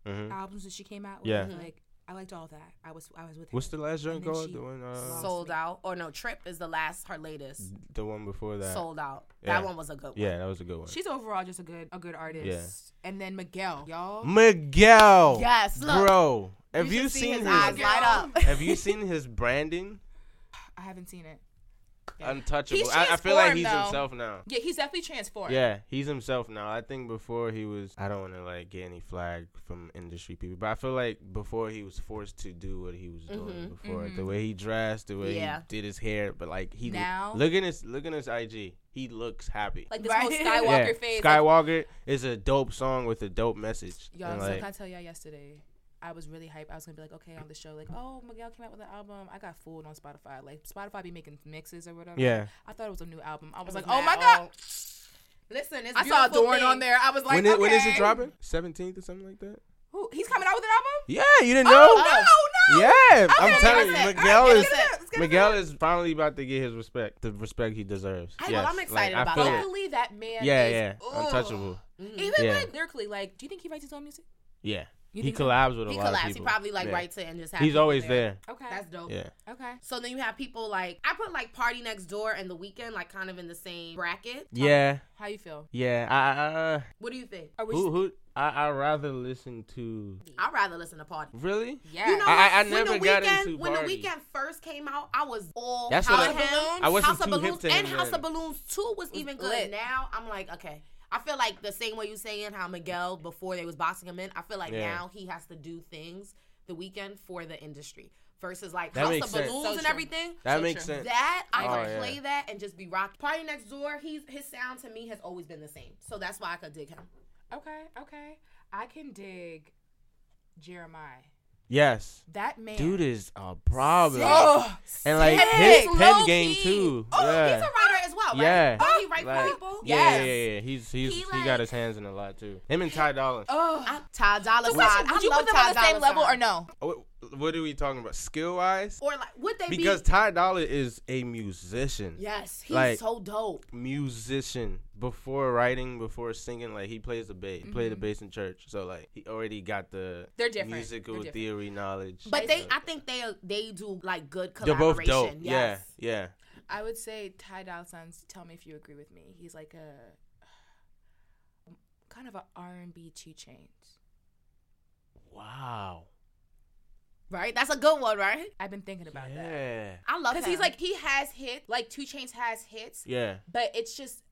Speaker 5: hmm
Speaker 4: albums that she came out with.
Speaker 5: Yeah.
Speaker 4: Like I liked all that. I was I was with
Speaker 5: What's
Speaker 4: her.
Speaker 5: the last joint
Speaker 4: And then
Speaker 5: called?
Speaker 4: she
Speaker 5: The one, uh,
Speaker 4: lost-
Speaker 3: sold out or no trip is the last her latest
Speaker 5: the one before that.
Speaker 3: sold out.
Speaker 5: Yeah.
Speaker 3: That one was a good one.
Speaker 5: Yeah, that was a good one.
Speaker 4: She's overall just a good a good artist. And then Miguel, y'all.
Speaker 5: Mm. Miguel.
Speaker 3: Yes, look.
Speaker 5: bro. Have you,
Speaker 3: should see
Speaker 5: seen
Speaker 3: his
Speaker 5: his?
Speaker 3: eyes light up? <laughs>
Speaker 5: <laughs> have you seen his branding?
Speaker 4: I haven't seen it.
Speaker 5: Untouchable.
Speaker 4: He's
Speaker 5: I, I feel like
Speaker 4: transformed,
Speaker 5: he's
Speaker 4: though.
Speaker 5: himself now.
Speaker 4: Yeah, he's definitely transformed.
Speaker 5: Yeah, he's himself now. I think before he was, I don't want to like get any flag from industry people, but I feel like before he was forced to do what he was doing
Speaker 4: Mm-hmm.
Speaker 5: before, the way he dressed, the way
Speaker 3: Yeah.
Speaker 5: he did his hair, but like he
Speaker 4: Now-
Speaker 5: look at his look at his IG, he looks happy.
Speaker 4: Like this
Speaker 3: Right.
Speaker 4: whole
Speaker 5: yeah,
Speaker 4: Skywalker phase. like-
Speaker 5: Skywalker is a dope song with a dope message.
Speaker 4: Y'all,
Speaker 5: And,
Speaker 4: so
Speaker 5: like,
Speaker 4: can I tell y'all yesterday? I was really hyped. I was gonna be like, okay, on the show, like, oh, Miguel came out with an album. I got fooled on Spotify. Like, Spotify be making mixes or whatever.
Speaker 5: yeah,
Speaker 4: I thought it was a new album. I was, like,
Speaker 3: was
Speaker 4: oh my
Speaker 3: mad
Speaker 4: god.
Speaker 3: old. Listen, it's
Speaker 4: I saw
Speaker 3: beautiful
Speaker 4: Dorn
Speaker 3: thing.
Speaker 4: on there. I was like,
Speaker 5: when, it, when is it
Speaker 4: okay.
Speaker 5: dropping? Seventeenth or something like that.
Speaker 4: Who, he's coming out with an album?
Speaker 5: Yeah, you didn't know.
Speaker 4: Oh, no, no.
Speaker 5: Yeah,
Speaker 4: Okay,
Speaker 5: I'm telling you,
Speaker 3: that's it.
Speaker 5: Miguel
Speaker 3: Alright,
Speaker 5: is
Speaker 3: that's it. Let's
Speaker 4: get it
Speaker 5: Miguel is finally about to get his respect, the respect he deserves.
Speaker 3: I know, I'm excited about Oh, that.
Speaker 5: feel it.
Speaker 4: Luckily, that man.
Speaker 5: Yeah,
Speaker 4: is,
Speaker 5: yeah,
Speaker 3: <laughs>
Speaker 4: ugh.
Speaker 5: untouchable.
Speaker 3: Mm-hmm.
Speaker 4: Even
Speaker 5: Yeah.
Speaker 4: like lyrically, like, do you think he writes his own music?
Speaker 5: Yeah,
Speaker 4: You
Speaker 5: he
Speaker 4: think so?
Speaker 5: collabs with a
Speaker 3: He
Speaker 5: lot
Speaker 3: collapsed.
Speaker 5: of
Speaker 3: He
Speaker 5: people.
Speaker 3: probably like
Speaker 5: yeah.
Speaker 3: writes it and just has
Speaker 5: He's
Speaker 3: people
Speaker 5: always there.
Speaker 4: Okay.
Speaker 3: That's dope.
Speaker 5: Yeah,
Speaker 4: okay.
Speaker 3: So then you have people like I put like Party Next Door and The Weekend like kind of in the same bracket.
Speaker 5: yeah,
Speaker 4: How you feel?
Speaker 5: yeah. I,
Speaker 3: What do you think?
Speaker 4: Are
Speaker 5: I
Speaker 4: we
Speaker 5: who who I I rather listen to
Speaker 3: I'd rather listen to Party.
Speaker 5: really.
Speaker 4: Yeah.
Speaker 3: You know,
Speaker 5: I-
Speaker 3: what?
Speaker 5: I- I
Speaker 3: when
Speaker 5: never
Speaker 3: the
Speaker 5: got
Speaker 3: weekend,
Speaker 5: into
Speaker 3: when the
Speaker 5: Party.
Speaker 3: weekend first came out, I was all
Speaker 5: That's
Speaker 3: House
Speaker 5: what
Speaker 3: of
Speaker 5: I-
Speaker 3: Balloons,
Speaker 5: I wasn't
Speaker 3: House of
Speaker 5: too hip
Speaker 3: Balloons,
Speaker 5: to him
Speaker 3: and House of
Speaker 5: then.
Speaker 3: Balloons Two was even good.
Speaker 4: lit.
Speaker 3: Now I'm like, okay, I feel like the same way you saying how Miguel before they was boxing him in. I feel like
Speaker 5: Yeah.
Speaker 3: now he has to do things the weekend for the industry versus like
Speaker 5: That
Speaker 3: House
Speaker 5: makes
Speaker 3: of
Speaker 5: sense.
Speaker 3: Balloons
Speaker 4: So
Speaker 3: and
Speaker 4: true.
Speaker 3: everything.
Speaker 5: That
Speaker 4: So
Speaker 5: makes
Speaker 4: true.
Speaker 5: sense.
Speaker 3: That I
Speaker 5: Oh,
Speaker 3: could
Speaker 5: yeah.
Speaker 3: play that and just be rock. Party next door. He's his sound to me has always been the same, so that's why I could dig him.
Speaker 4: Okay, okay. I can dig Jeremiah.
Speaker 5: Yes,
Speaker 4: That man.
Speaker 5: dude is a problem,
Speaker 4: Ugh.
Speaker 5: and like
Speaker 4: sick.
Speaker 5: his pen
Speaker 4: Low
Speaker 5: game
Speaker 4: key.
Speaker 5: too.
Speaker 3: Oh,
Speaker 5: yeah.
Speaker 3: he's a writer as well, right?
Speaker 5: Yeah.
Speaker 3: Don't he write
Speaker 5: Like,
Speaker 3: for people?
Speaker 5: Yeah,
Speaker 4: Yes.
Speaker 5: yeah, yeah, yeah. He's he's
Speaker 3: He
Speaker 5: he,
Speaker 3: like-
Speaker 5: got his hands in a lot too. Him and Ty Dolla.
Speaker 4: Ugh.
Speaker 3: I- Ty Dolla Sign.
Speaker 4: Question, would
Speaker 3: I
Speaker 4: you
Speaker 3: love
Speaker 4: put them
Speaker 3: Ty
Speaker 4: on the
Speaker 3: Dolla
Speaker 4: same level
Speaker 3: Sign.
Speaker 4: or no?
Speaker 5: What, Oh, what are we talking about? Skill wise,
Speaker 3: Or like, would they
Speaker 5: because
Speaker 3: be?
Speaker 5: Ty Dolla is a musician.
Speaker 3: yes, he's
Speaker 5: like-
Speaker 3: so dope.
Speaker 5: Musician before writing, before singing, like he plays the bass. He played the bass in church, so like he already got the
Speaker 4: Mm-hmm. They're different.
Speaker 5: musical
Speaker 4: They're different.
Speaker 5: theory knowledge.
Speaker 3: But they,
Speaker 5: So-
Speaker 3: I think they they do like good
Speaker 5: they're
Speaker 3: collaboration.
Speaker 5: both dope.
Speaker 3: Yes.
Speaker 5: Yeah, yeah.
Speaker 4: I would say Ty Dolla Sign's. Tell me if you agree with me. He's like a <sighs> kind of a R and B two chains.
Speaker 5: Wow.
Speaker 3: right. That's a good one, right?
Speaker 4: I've been thinking about that
Speaker 5: Yeah.
Speaker 3: I love
Speaker 4: because
Speaker 3: because
Speaker 4: he's like he has hit like two chains has hits,
Speaker 5: Yeah.
Speaker 4: but it's just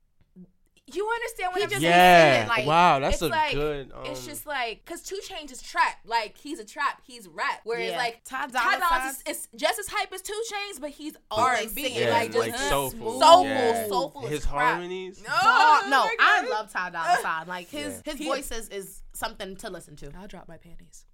Speaker 4: you understand what
Speaker 3: He
Speaker 4: I'm
Speaker 3: just
Speaker 4: saying?
Speaker 5: Yeah.
Speaker 3: like,
Speaker 5: wow, that's
Speaker 4: it's
Speaker 5: a
Speaker 4: like-
Speaker 5: good. Um,
Speaker 4: it's just like because two chains is trap, like he's a trap, he's rap. Whereas
Speaker 3: Yeah.
Speaker 4: like
Speaker 3: Ty
Speaker 4: Ty
Speaker 3: Dolla
Speaker 4: Dolla
Speaker 3: Sign-
Speaker 4: is, is just as hype as two chains, but he's R
Speaker 3: they
Speaker 4: and B,
Speaker 3: singing, and,
Speaker 4: like just
Speaker 3: like,
Speaker 5: soulful.
Speaker 4: soulful, soulful,
Speaker 5: Yeah.
Speaker 4: soulful as
Speaker 5: his
Speaker 4: crap.
Speaker 5: harmonies.
Speaker 3: Oh,
Speaker 4: Oh,
Speaker 3: no,
Speaker 4: my
Speaker 3: I
Speaker 4: God.
Speaker 3: love Ty Dolla Sign. Like his
Speaker 5: Yeah.
Speaker 3: his voices is something to listen to.
Speaker 4: I'll drop my panties.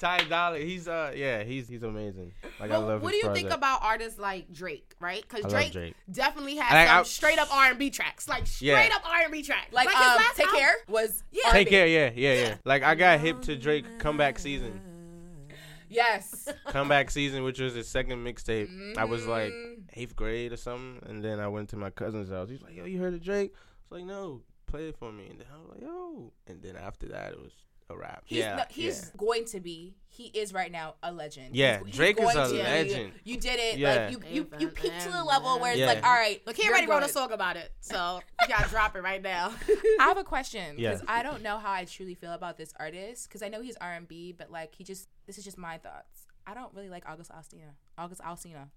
Speaker 5: Ty Dolla, he's uh, yeah, he's he's amazing. Like I love.
Speaker 3: what do
Speaker 5: his
Speaker 3: you think
Speaker 5: project.
Speaker 3: about artists like Drake, right?
Speaker 5: I
Speaker 3: Because
Speaker 5: love
Speaker 3: Drake,
Speaker 5: Drake.
Speaker 3: definitely has
Speaker 5: Like,
Speaker 3: some
Speaker 5: I-
Speaker 3: straight up R and B tracks, like straight
Speaker 5: Yeah.
Speaker 3: up R and B tracks.
Speaker 4: Like,
Speaker 3: his
Speaker 4: um,
Speaker 3: last
Speaker 4: take
Speaker 3: album-
Speaker 4: care was
Speaker 3: Yeah.
Speaker 5: Take care, yeah, yeah, yeah. Like I got hip to Drake comeback season,
Speaker 4: yes.
Speaker 5: comeback season, which was his second mixtape. I was like
Speaker 3: Mm.
Speaker 5: eighth grade or something, and then I went to my cousin's house. He's like, "Yo, you heard of Drake?" I was like, "No, play it for me." And then I was like, "Yo," and then after that, it was a rap.
Speaker 4: He's,
Speaker 5: yeah,
Speaker 4: no- he's going to be. He is right now a legend.
Speaker 5: Yeah,
Speaker 4: He's- he's
Speaker 5: Drake is
Speaker 4: going
Speaker 5: a
Speaker 4: to be.
Speaker 5: legend.
Speaker 4: You did it.
Speaker 5: Yeah.
Speaker 4: Like you, you, you peaked to the level where it's
Speaker 5: Yeah.
Speaker 4: like, all right,
Speaker 3: Look,
Speaker 4: look,
Speaker 3: he
Speaker 4: here,
Speaker 3: already
Speaker 4: ready,
Speaker 3: wrote a song about it,
Speaker 4: <laughs>
Speaker 3: so you gotta drop it right now.
Speaker 4: I have a question
Speaker 5: Yeah.
Speaker 4: because I don't know how I truly feel about this artist because I know he's R and B, but like he just this is just my thoughts. I don't really like August Alsina. August Alsina.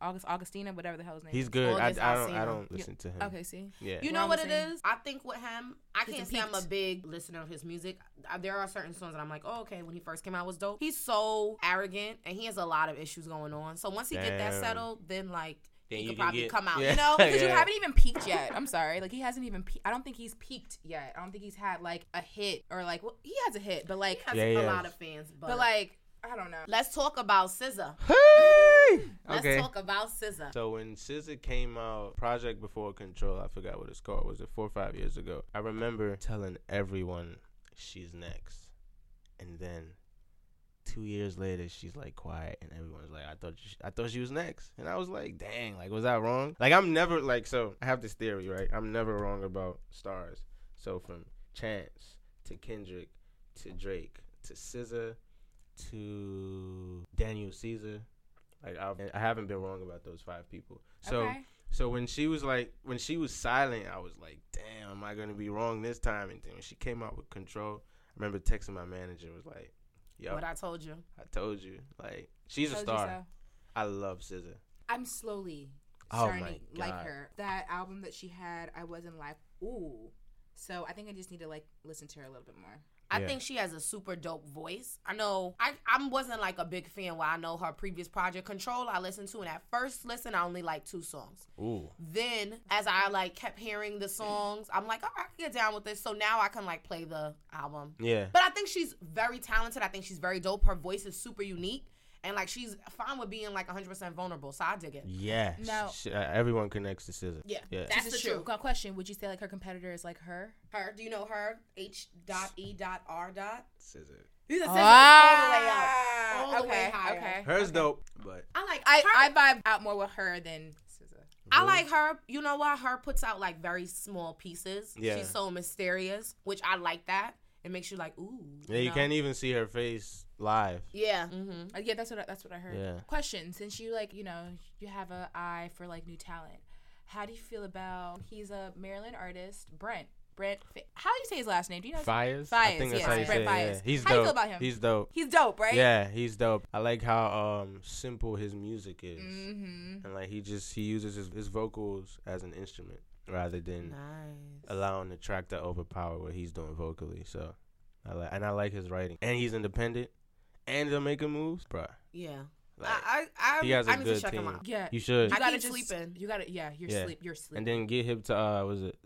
Speaker 4: August Augustina, whatever the hell his name
Speaker 5: He's
Speaker 4: is.
Speaker 5: good. I, I
Speaker 6: August
Speaker 5: don't.
Speaker 6: Alsina.
Speaker 5: I don't listen to him.
Speaker 4: Okay, see?
Speaker 5: Yeah.
Speaker 3: You
Speaker 4: We're
Speaker 3: know
Speaker 4: on
Speaker 3: what
Speaker 4: the
Speaker 3: it
Speaker 4: same-
Speaker 3: is? I think with him, I
Speaker 4: He's
Speaker 3: can't say I'm a
Speaker 4: peaked.
Speaker 3: big listener of his music. Uh, There are certain songs that I'm like, oh, okay, when he first came out was dope. He's so arrogant and he has a lot of issues going on. So once he get that
Speaker 5: Damn.
Speaker 3: settled, then like
Speaker 5: Then
Speaker 3: he
Speaker 5: you
Speaker 3: could
Speaker 5: can
Speaker 3: probably
Speaker 5: get-
Speaker 3: come out.
Speaker 5: yeah.
Speaker 3: You
Speaker 5: <laughs>
Speaker 3: know?
Speaker 4: Because you
Speaker 5: Yeah.
Speaker 4: haven't even peaked yet. I'm sorry. Like he hasn't even. Pe- I don't think he's peaked yet. I don't think he's had like a hit or like well, he has a hit, but like,
Speaker 3: He has
Speaker 5: Yeah, he
Speaker 3: a
Speaker 5: has.
Speaker 3: lot of fans, but,
Speaker 4: but like I don't know.
Speaker 3: let's talk about SZA.
Speaker 5: Hey.
Speaker 3: Let's
Speaker 5: okay.
Speaker 3: talk about SZA.
Speaker 5: So when SZA came out, Project Before Control, I forgot what it's called. Was it four or five years ago? I remember telling everyone she's next, and then two years later she's like quiet, and everyone's like, "I thought she, I thought she was next," and I was like, "Dang, like was I wrong?" Like I'm never like so. I have this theory, right? I'm never wrong about stars. So from Chance to Kendrick to Drake to SZA to Daniel Caesar. Like I've, I haven't been wrong about those five people. So
Speaker 4: Okay.
Speaker 5: so when she was like when she was silent, I was like, damn, am I gonna be wrong this time? And then when she came out with Control, I remember texting my manager was like, yo,
Speaker 3: What
Speaker 5: I,
Speaker 3: I told you.
Speaker 5: told you, like she's a
Speaker 4: Told you
Speaker 5: star.
Speaker 4: so.
Speaker 5: I love SZA.
Speaker 4: I'm slowly
Speaker 5: Oh
Speaker 4: starting
Speaker 5: my
Speaker 4: to like
Speaker 5: God.
Speaker 4: her. That album that she had, I was in life. Ooh. So I think I just need to like listen to her a little bit more.
Speaker 3: I
Speaker 5: Yeah.
Speaker 3: think she has a super dope voice. I know I, I wasn't like a big fan while I know her previous project Control I listened to and at first listen I only liked two songs.
Speaker 5: Ooh,
Speaker 3: Then as I like kept hearing the songs, I'm like, oh, I can get down with this. So now I can like play the album.
Speaker 5: yeah,
Speaker 3: But I think she's very talented. I think she's very dope. Her voice is super unique. And like she's fine with being like 100% vulnerable. So I dig it.
Speaker 5: yes.
Speaker 4: No.
Speaker 5: Sh- uh, everyone connects to SZA.
Speaker 3: Yeah.
Speaker 5: yeah.
Speaker 3: That's the
Speaker 4: Just a true
Speaker 3: truth.
Speaker 4: qu- question. Would you say like her competitor is like her?
Speaker 3: Her, do you know her? H dot E dot R dot.
Speaker 5: SZA.
Speaker 4: He's a sister
Speaker 3: Ah, all
Speaker 4: all the way up.
Speaker 3: the way higher.
Speaker 4: Okay.
Speaker 5: Hers dope, but
Speaker 3: I like
Speaker 4: I,
Speaker 3: her.
Speaker 4: I vibe out more with her than SZA.
Speaker 3: I like her. You know why? Her puts out like very small pieces.
Speaker 5: Yeah.
Speaker 3: She's so mysterious, which I like that. It makes you like, ooh.
Speaker 5: yeah, you
Speaker 3: know?
Speaker 5: can't even see her face live.
Speaker 3: Yeah. Mm-hmm.
Speaker 4: Uh, Yeah, that's what I, that's what I heard.
Speaker 5: Yeah.
Speaker 4: Question: Since you like, you know, you have an eye for like new talent, how do you feel about he's a Maryland artist, Brent? Brent, Fi- how do you say his last name? Do you know? his-
Speaker 5: Fires. I
Speaker 4: Fires,
Speaker 5: think that's
Speaker 4: yes,
Speaker 5: how you
Speaker 4: Brett
Speaker 5: say it. yeah.
Speaker 4: Fires.
Speaker 5: He's
Speaker 4: How
Speaker 5: dope.
Speaker 4: you feel about him?
Speaker 5: He's dope.
Speaker 4: He's dope, right?
Speaker 5: Yeah, he's dope. I like how um simple his music is,
Speaker 4: hmm
Speaker 5: and like he just he uses his, his vocals as an instrument rather than
Speaker 3: Nice.
Speaker 5: allowing the track to overpower what he's doing vocally. So, I like and I like his writing, and he's independent, and he'll make moves, bruh.
Speaker 3: Yeah.
Speaker 5: Like,
Speaker 3: I, I, I,
Speaker 5: he has a
Speaker 3: I need
Speaker 5: good
Speaker 3: to check him
Speaker 5: team.
Speaker 3: out.
Speaker 4: Yeah.
Speaker 5: you should.
Speaker 3: I
Speaker 4: gotta
Speaker 3: keep
Speaker 4: just-
Speaker 3: sleeping.
Speaker 4: You gotta, yeah. You're
Speaker 5: Yeah.
Speaker 4: sleep. You're sleep.
Speaker 5: and then get him to uh, was it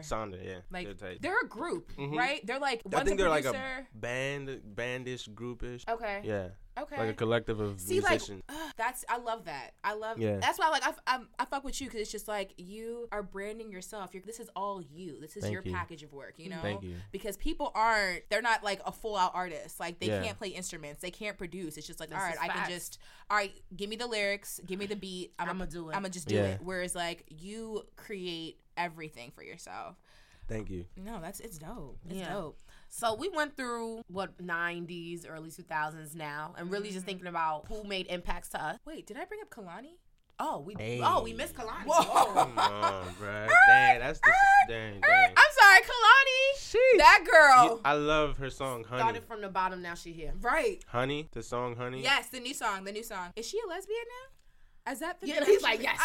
Speaker 4: Sonder.
Speaker 5: Sonder, yeah. They're
Speaker 4: like
Speaker 5: tight.
Speaker 4: they're a group,
Speaker 5: Mhm.
Speaker 4: right? They're like
Speaker 5: I
Speaker 4: one's
Speaker 5: think
Speaker 4: a
Speaker 5: they're like
Speaker 4: producer.
Speaker 5: a band, bandish groupish.
Speaker 4: okay.
Speaker 5: Yeah,
Speaker 4: Okay.
Speaker 5: like a collective of
Speaker 4: See, like
Speaker 5: musicians.
Speaker 4: ugh, that's I love that. I love
Speaker 5: Yeah.
Speaker 4: that's why like I, f- I'm- I fuck with you because it's just like you are branding yourself. You're, this is all you. This is
Speaker 5: Thank
Speaker 4: your
Speaker 5: you.
Speaker 4: package of work.
Speaker 3: Mm-hmm.
Speaker 4: You know.
Speaker 5: Thank you.
Speaker 4: Because people aren't they're not like a full out artist. Like they
Speaker 5: Yeah.
Speaker 4: can't play instruments. They can't produce. It's just like
Speaker 3: This
Speaker 4: all right,
Speaker 3: is
Speaker 4: I can
Speaker 3: facts.
Speaker 4: just all right. Give me the lyrics. Give me
Speaker 3: <sighs>
Speaker 4: the beat. I'm
Speaker 3: I'ma do it.
Speaker 4: I'm gonna just do
Speaker 5: Yeah.
Speaker 4: it. Whereas like you create everything for yourself.
Speaker 5: Thank you.
Speaker 4: No, that's it's dope. It's
Speaker 3: Yeah.
Speaker 4: dope.
Speaker 3: So we went through what 90s, early 2000s now, and really just thinking about who made impacts to us.
Speaker 4: Wait, did I bring up Kalani?
Speaker 3: Oh, we
Speaker 5: Hey.
Speaker 3: oh we missed Kalani.
Speaker 5: <laughs> Come on, bruh. Dang, that's this. Dang, dang.
Speaker 4: Er, I'm sorry, Kalani. That girl.
Speaker 5: You- I love her song Honey.
Speaker 3: Started from the bottom, now she here.
Speaker 4: right.
Speaker 5: Honey, the song Honey.
Speaker 4: Yes, the new song, the new song. Is she a lesbian now? Is that the <laughs>
Speaker 3: Yeah, he's like, yes.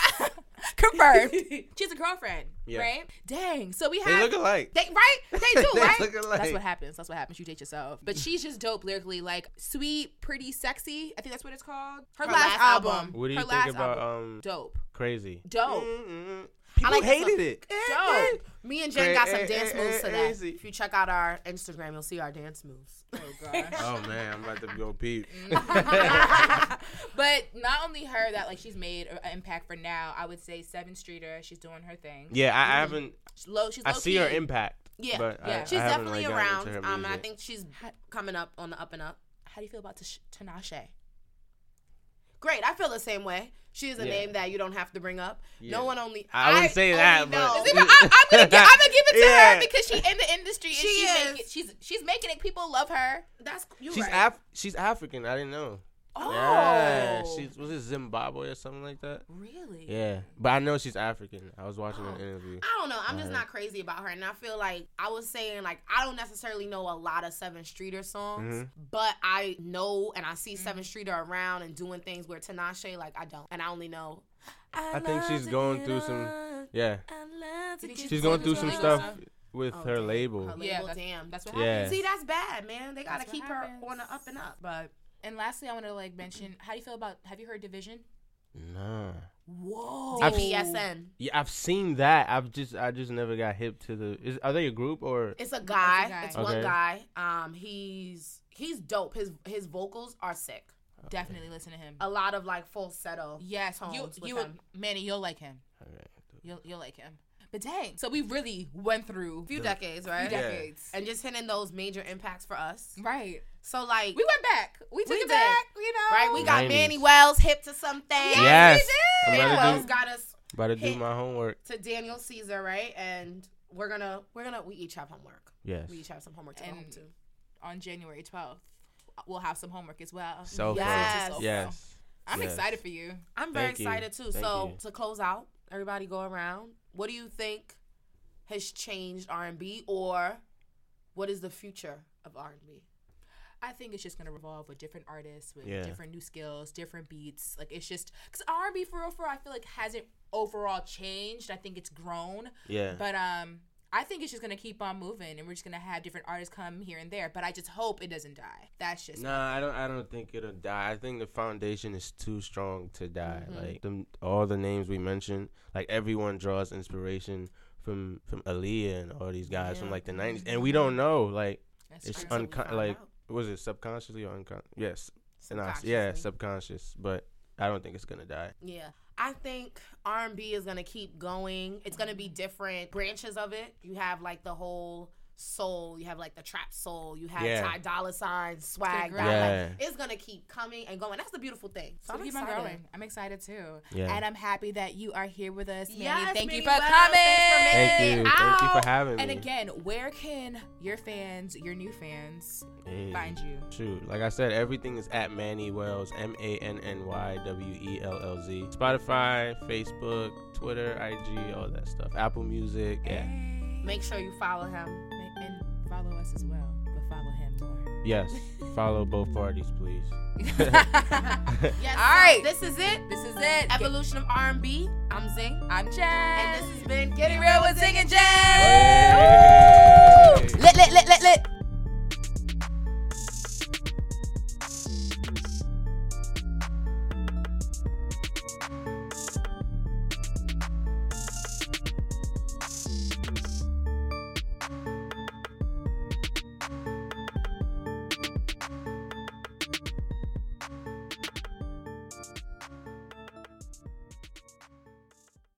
Speaker 4: confirmed? <laughs> She's a girlfriend,
Speaker 5: Yeah.
Speaker 4: right? Dang. So we
Speaker 5: They
Speaker 4: have
Speaker 5: look alike.
Speaker 4: They right?
Speaker 5: <laughs>
Speaker 4: They do,
Speaker 5: They
Speaker 4: right? Mm.
Speaker 5: look alike.
Speaker 4: That's what happens. That's what happens. You date yourself. But she's just dope lyrically, like sweet, pretty, sexy. I think that's what it's called. Her, last,
Speaker 3: last
Speaker 4: album.
Speaker 3: album.
Speaker 5: What do you
Speaker 4: Her
Speaker 5: think
Speaker 4: last
Speaker 5: about
Speaker 4: album.
Speaker 5: um
Speaker 4: dope?
Speaker 5: Crazy?
Speaker 4: Dope.
Speaker 5: Mm-mm. People
Speaker 3: like that
Speaker 5: hated it.
Speaker 4: <laughs>
Speaker 5: Eh,
Speaker 4: Dope.
Speaker 3: Me and Jen got some
Speaker 5: Hey, hey,
Speaker 3: dance
Speaker 5: hey,
Speaker 3: moves
Speaker 5: hey,
Speaker 3: to that.
Speaker 5: easy.
Speaker 3: If you check out our Instagram, you'll see our dance moves. <laughs>
Speaker 4: Oh gosh.
Speaker 5: Oh man, I'm about to go peep. eh,
Speaker 4: <laughs> but not only her, that like she's made an impact for now. I would say Seven Streeter. She's doing her thing.
Speaker 5: yeah, I, I haven't.
Speaker 4: She's low. She's
Speaker 5: I
Speaker 4: low
Speaker 5: see her
Speaker 4: key.
Speaker 5: impact.
Speaker 3: Yeah,
Speaker 5: but I-
Speaker 4: yeah.
Speaker 5: I
Speaker 3: She's
Speaker 5: haven't,
Speaker 3: definitely
Speaker 5: like, gotten
Speaker 3: around.
Speaker 5: into her
Speaker 3: Um, and I
Speaker 5: music.
Speaker 3: think she's coming up on the up and up.
Speaker 4: How do you feel about Tash-
Speaker 5: <laughs>
Speaker 4: Tinashe?
Speaker 3: Great, I feel the same way. She is a
Speaker 5: Yeah.
Speaker 3: name that you don't have to bring up.
Speaker 5: Yeah.
Speaker 3: No one only.
Speaker 5: I wouldn't say
Speaker 3: only
Speaker 5: that,
Speaker 3: know-
Speaker 5: but-
Speaker 4: See, but I, I'm gonna give, I'm gonna give it to
Speaker 5: <laughs> Yeah.
Speaker 4: her because she's in the industry and
Speaker 3: She
Speaker 4: she's
Speaker 3: is.
Speaker 4: making she's she's making it. People love her.
Speaker 3: that's you
Speaker 5: she's
Speaker 3: right.
Speaker 5: Af- she's African. I didn't know. Yeah, she's was it Zimbabwe or something like that?
Speaker 3: Really?
Speaker 5: Yeah, but I know she's African. I was watching an interview.
Speaker 3: I don't know. I'm just not crazy about her. And I feel like I was saying, like, I don't necessarily know a lot of Seven Streeter songs, but I know and I
Speaker 4: Mm-hmm.
Speaker 3: see Seven Streeter around and doing things where Tinashe, like, I don't. And I only know.
Speaker 5: I think she's going through some. Yeah, she's going
Speaker 4: sing
Speaker 5: through
Speaker 4: this
Speaker 5: some
Speaker 4: song?
Speaker 5: stuff with her label.
Speaker 3: Her
Speaker 4: Yeah,
Speaker 3: label,
Speaker 4: that's-
Speaker 3: damn.
Speaker 4: That's what
Speaker 5: Yeah.
Speaker 4: happened.
Speaker 3: See, that's bad, man. They gotta
Speaker 4: That's what
Speaker 3: keep her
Speaker 4: happens.
Speaker 3: on the up and up. But
Speaker 4: And lastly, I want to like mention. How do you feel about? Have you heard Division?
Speaker 5: Nah.
Speaker 4: Whoa.
Speaker 5: I've-
Speaker 3: DBSN.
Speaker 5: Yeah, I've seen that. I've just I just never got hip to the. Is, are they a group or?
Speaker 3: It's a guy.
Speaker 4: guy.
Speaker 3: It's one
Speaker 5: Okay.
Speaker 3: guy. Um, he's he's dope. His his vocals are sick.
Speaker 4: Definitely listen to him.
Speaker 3: A lot of like falsetto.
Speaker 4: Yes,
Speaker 3: Oh, tones
Speaker 4: you
Speaker 3: with
Speaker 4: you
Speaker 3: him.
Speaker 4: Manny, you'll like him.
Speaker 5: Okay.
Speaker 4: You'll you'll like him. But dang, so we really went through
Speaker 3: few decades, right?
Speaker 5: Yeah.
Speaker 4: decades.
Speaker 3: And just hitting those major impacts for us.
Speaker 4: Right.
Speaker 3: So like,
Speaker 4: We went back. We took
Speaker 3: We
Speaker 4: it
Speaker 3: did.
Speaker 4: back. You know.
Speaker 3: right? We got
Speaker 5: 90s.
Speaker 3: Manny Wells hip to something.
Speaker 5: Yes,
Speaker 4: we
Speaker 5: I'm
Speaker 4: did.
Speaker 3: Manny
Speaker 5: about to
Speaker 3: Wells
Speaker 5: do,
Speaker 3: got us
Speaker 5: about to do
Speaker 3: Hit.
Speaker 5: my homework.
Speaker 3: to Daniel Caesar, right? And we're gonna we're gonna we each have homework.
Speaker 5: Yes.
Speaker 3: We each have some homework to go
Speaker 4: And-
Speaker 3: home to.
Speaker 4: on January twelfth. We'll have some homework as well.
Speaker 5: So
Speaker 3: Yes.
Speaker 5: yes.
Speaker 4: So-
Speaker 5: Yes.
Speaker 4: I'm
Speaker 5: Yes.
Speaker 4: excited for you.
Speaker 3: I'm very
Speaker 5: Thank you.
Speaker 3: excited too.
Speaker 5: Thank
Speaker 3: so
Speaker 5: you.
Speaker 3: to close out, everybody go around. What do you think has changed R and B, or what is the future of R and B?
Speaker 4: I think it's just gonna revolve with different artists, with
Speaker 5: Yeah.
Speaker 4: different new skills, different beats. Like it's just because R&B for real, for real, I feel like hasn't overall changed. I think it's grown,
Speaker 5: Yeah.
Speaker 4: but um, I think it's just gonna keep on moving, and we're just gonna have different artists come here and there. But I just hope it doesn't die. That's just
Speaker 5: Nah, I don't. I don't think it'll die. I think the foundation is too strong to die.
Speaker 4: Mm-hmm.
Speaker 5: Like them, all the names we mentioned, like everyone draws inspiration from from Aaliyah and all these guys from like the '90s, and we don't know. Like
Speaker 4: Mm-hmm. that's
Speaker 5: it's
Speaker 4: true.
Speaker 3: until we
Speaker 5: uncon-
Speaker 3: find
Speaker 5: like
Speaker 3: out.
Speaker 5: was it subconsciously or unconscious? Yes, and I- yeah,
Speaker 3: Subconsciously.
Speaker 5: subconscious. But I don't think it's gonna die.
Speaker 3: Yeah. I think R and B is gonna keep going. It's gonna be different branches of it. You have like the whole soul. You have like the trap soul. You have
Speaker 5: Yeah.
Speaker 3: Ty Dolla Sign swag.
Speaker 4: Good
Speaker 3: Like,
Speaker 5: Yeah.
Speaker 3: it's gonna keep coming and going. That's the beautiful thing. So
Speaker 4: So
Speaker 3: I'm
Speaker 4: keep on
Speaker 3: excited.
Speaker 4: going. I'm excited too,
Speaker 5: Yeah.
Speaker 4: and I'm happy that you are here with us, Manny.
Speaker 3: Yes,
Speaker 4: Thank
Speaker 3: Manny
Speaker 4: you for
Speaker 3: Wells.
Speaker 4: coming.
Speaker 3: Thanks
Speaker 5: Thank you. Thank you
Speaker 3: Ow.
Speaker 5: for having
Speaker 4: And
Speaker 5: me.
Speaker 4: again, where can your fans, your new fans,
Speaker 5: Hey.
Speaker 4: find you?
Speaker 5: Shoot, like I said, everything is at Manny Wells, M A N N Y W E L L Z. Spotify, Facebook, Twitter, IG, all that stuff. Apple Music, yeah.
Speaker 3: Make sure you follow him.
Speaker 4: And follow us as well, but follow him more.
Speaker 5: Yes, follow both parties, please.
Speaker 3: <laughs> Yes. so
Speaker 4: All right.
Speaker 3: This is it.
Speaker 4: This is it.
Speaker 3: Evolution of R and B. I'm Zing,
Speaker 4: I'm Jen.
Speaker 3: and this has been
Speaker 4: Get
Speaker 3: Getting
Speaker 4: It
Speaker 3: Real
Speaker 4: Real
Speaker 3: with
Speaker 4: with Zing and Jen.
Speaker 5: Hey.